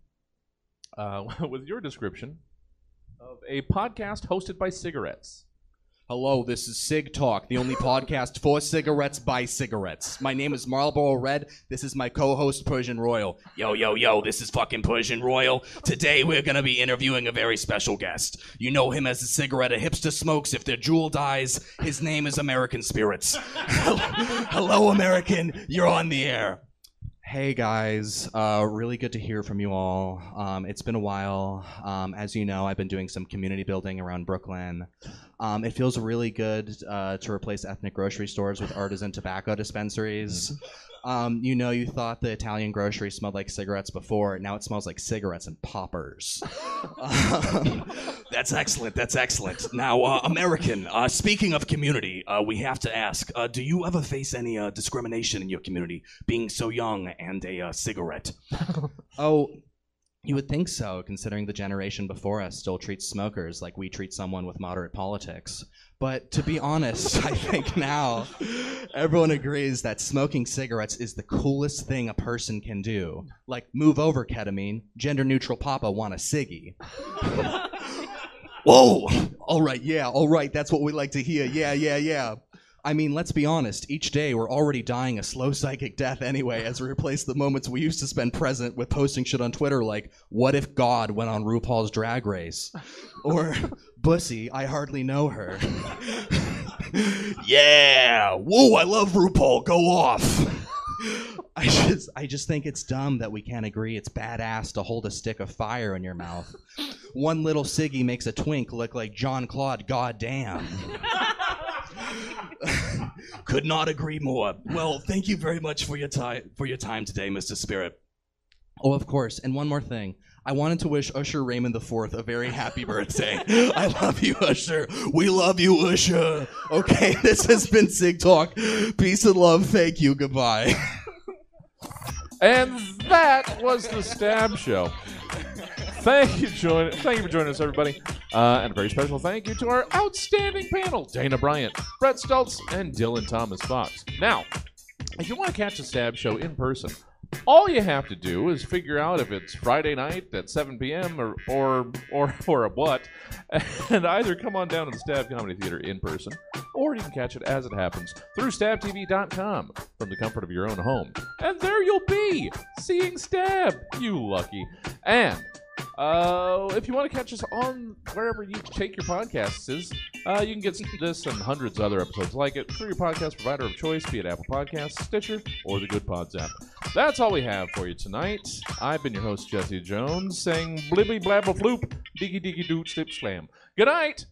Speaker 1: uh, with your description of a podcast hosted by cigarettes.
Speaker 2: Hello, this is Sig Talk, the only podcast for cigarettes by cigarettes. My name is Marlboro Red. This is my co-host Persian Royal. Yo, yo, yo, this is fucking Persian Royal. Today we're gonna be interviewing a very special guest. You know him as the cigarette a hipster smokes if their jewel dies. His name is American Spirits. Hello, American, you're on the air. Hey guys, uh, really good to hear from you all. Um, it's been a while. Um, as you know, I've been doing some community building around Brooklyn. Um, it feels really good uh, to replace ethnic grocery stores with artisan tobacco dispensaries. Um, you know, you thought the Italian grocery smelled like cigarettes before. Now it smells like cigarettes and poppers. Um,
Speaker 10: That's excellent. That's excellent. Now, uh, American, uh, speaking of community, uh, we have to ask uh, do you ever face any uh, discrimination in your community, being so young and a uh, cigarette?
Speaker 2: oh, you would think so, considering the generation before us still treats smokers like we treat someone with moderate politics. But to be honest, I think now everyone agrees that smoking cigarettes is the coolest thing a person can do. Like, move over, ketamine. Gender neutral papa want a ciggy. Whoa! All right, yeah, all right, that's what we like to hear. Yeah, yeah, yeah. I mean, let's be honest, each day we're already dying a slow psychic death anyway as we replace the moments we used to spend present with posting shit on Twitter like, what if God went on RuPaul's drag race? Or, Bussy, I hardly know her.
Speaker 10: Yeah. Whoa, I love RuPaul. Go off.
Speaker 2: I just I just think it's dumb that we can't agree it's badass to hold a stick of fire in your mouth. One little ciggy makes a twink look like John Claude goddamn.
Speaker 10: Could not agree more. Well, thank you very much for your time for your time today, Mr. Spirit.
Speaker 2: Oh, of course. And one more thing. I wanted to wish Usher Raymond IV a very happy birthday. I love you, Usher. We love you, Usher. Okay, this has been Sig Talk. Peace and love. Thank you. Goodbye.
Speaker 1: And that was the Stab Show. Thank you, join, thank you for joining us, everybody. Uh, and a very special thank you to our outstanding panel Dana Bryant, Brett Stoltz, and Dylan Thomas Fox. Now, if you want to catch the Stab Show in person, all you have to do is figure out if it's Friday night at 7 p.m. or or or, or a what, and either come on down to the Stab Comedy Theater in person, or you can catch it as it happens through StabTV.com from the comfort of your own home. And there you'll be seeing Stab, you lucky. And uh, if you want to catch us on wherever you take your podcasts, is uh, you can get this and hundreds of other episodes like it through your podcast provider of choice, be it Apple Podcasts, Stitcher, or the Good Pods app. That's all we have for you tonight. I've been your host Jesse Jones, saying blibby blabba floop, diggy diggy doot slip slam. Good night.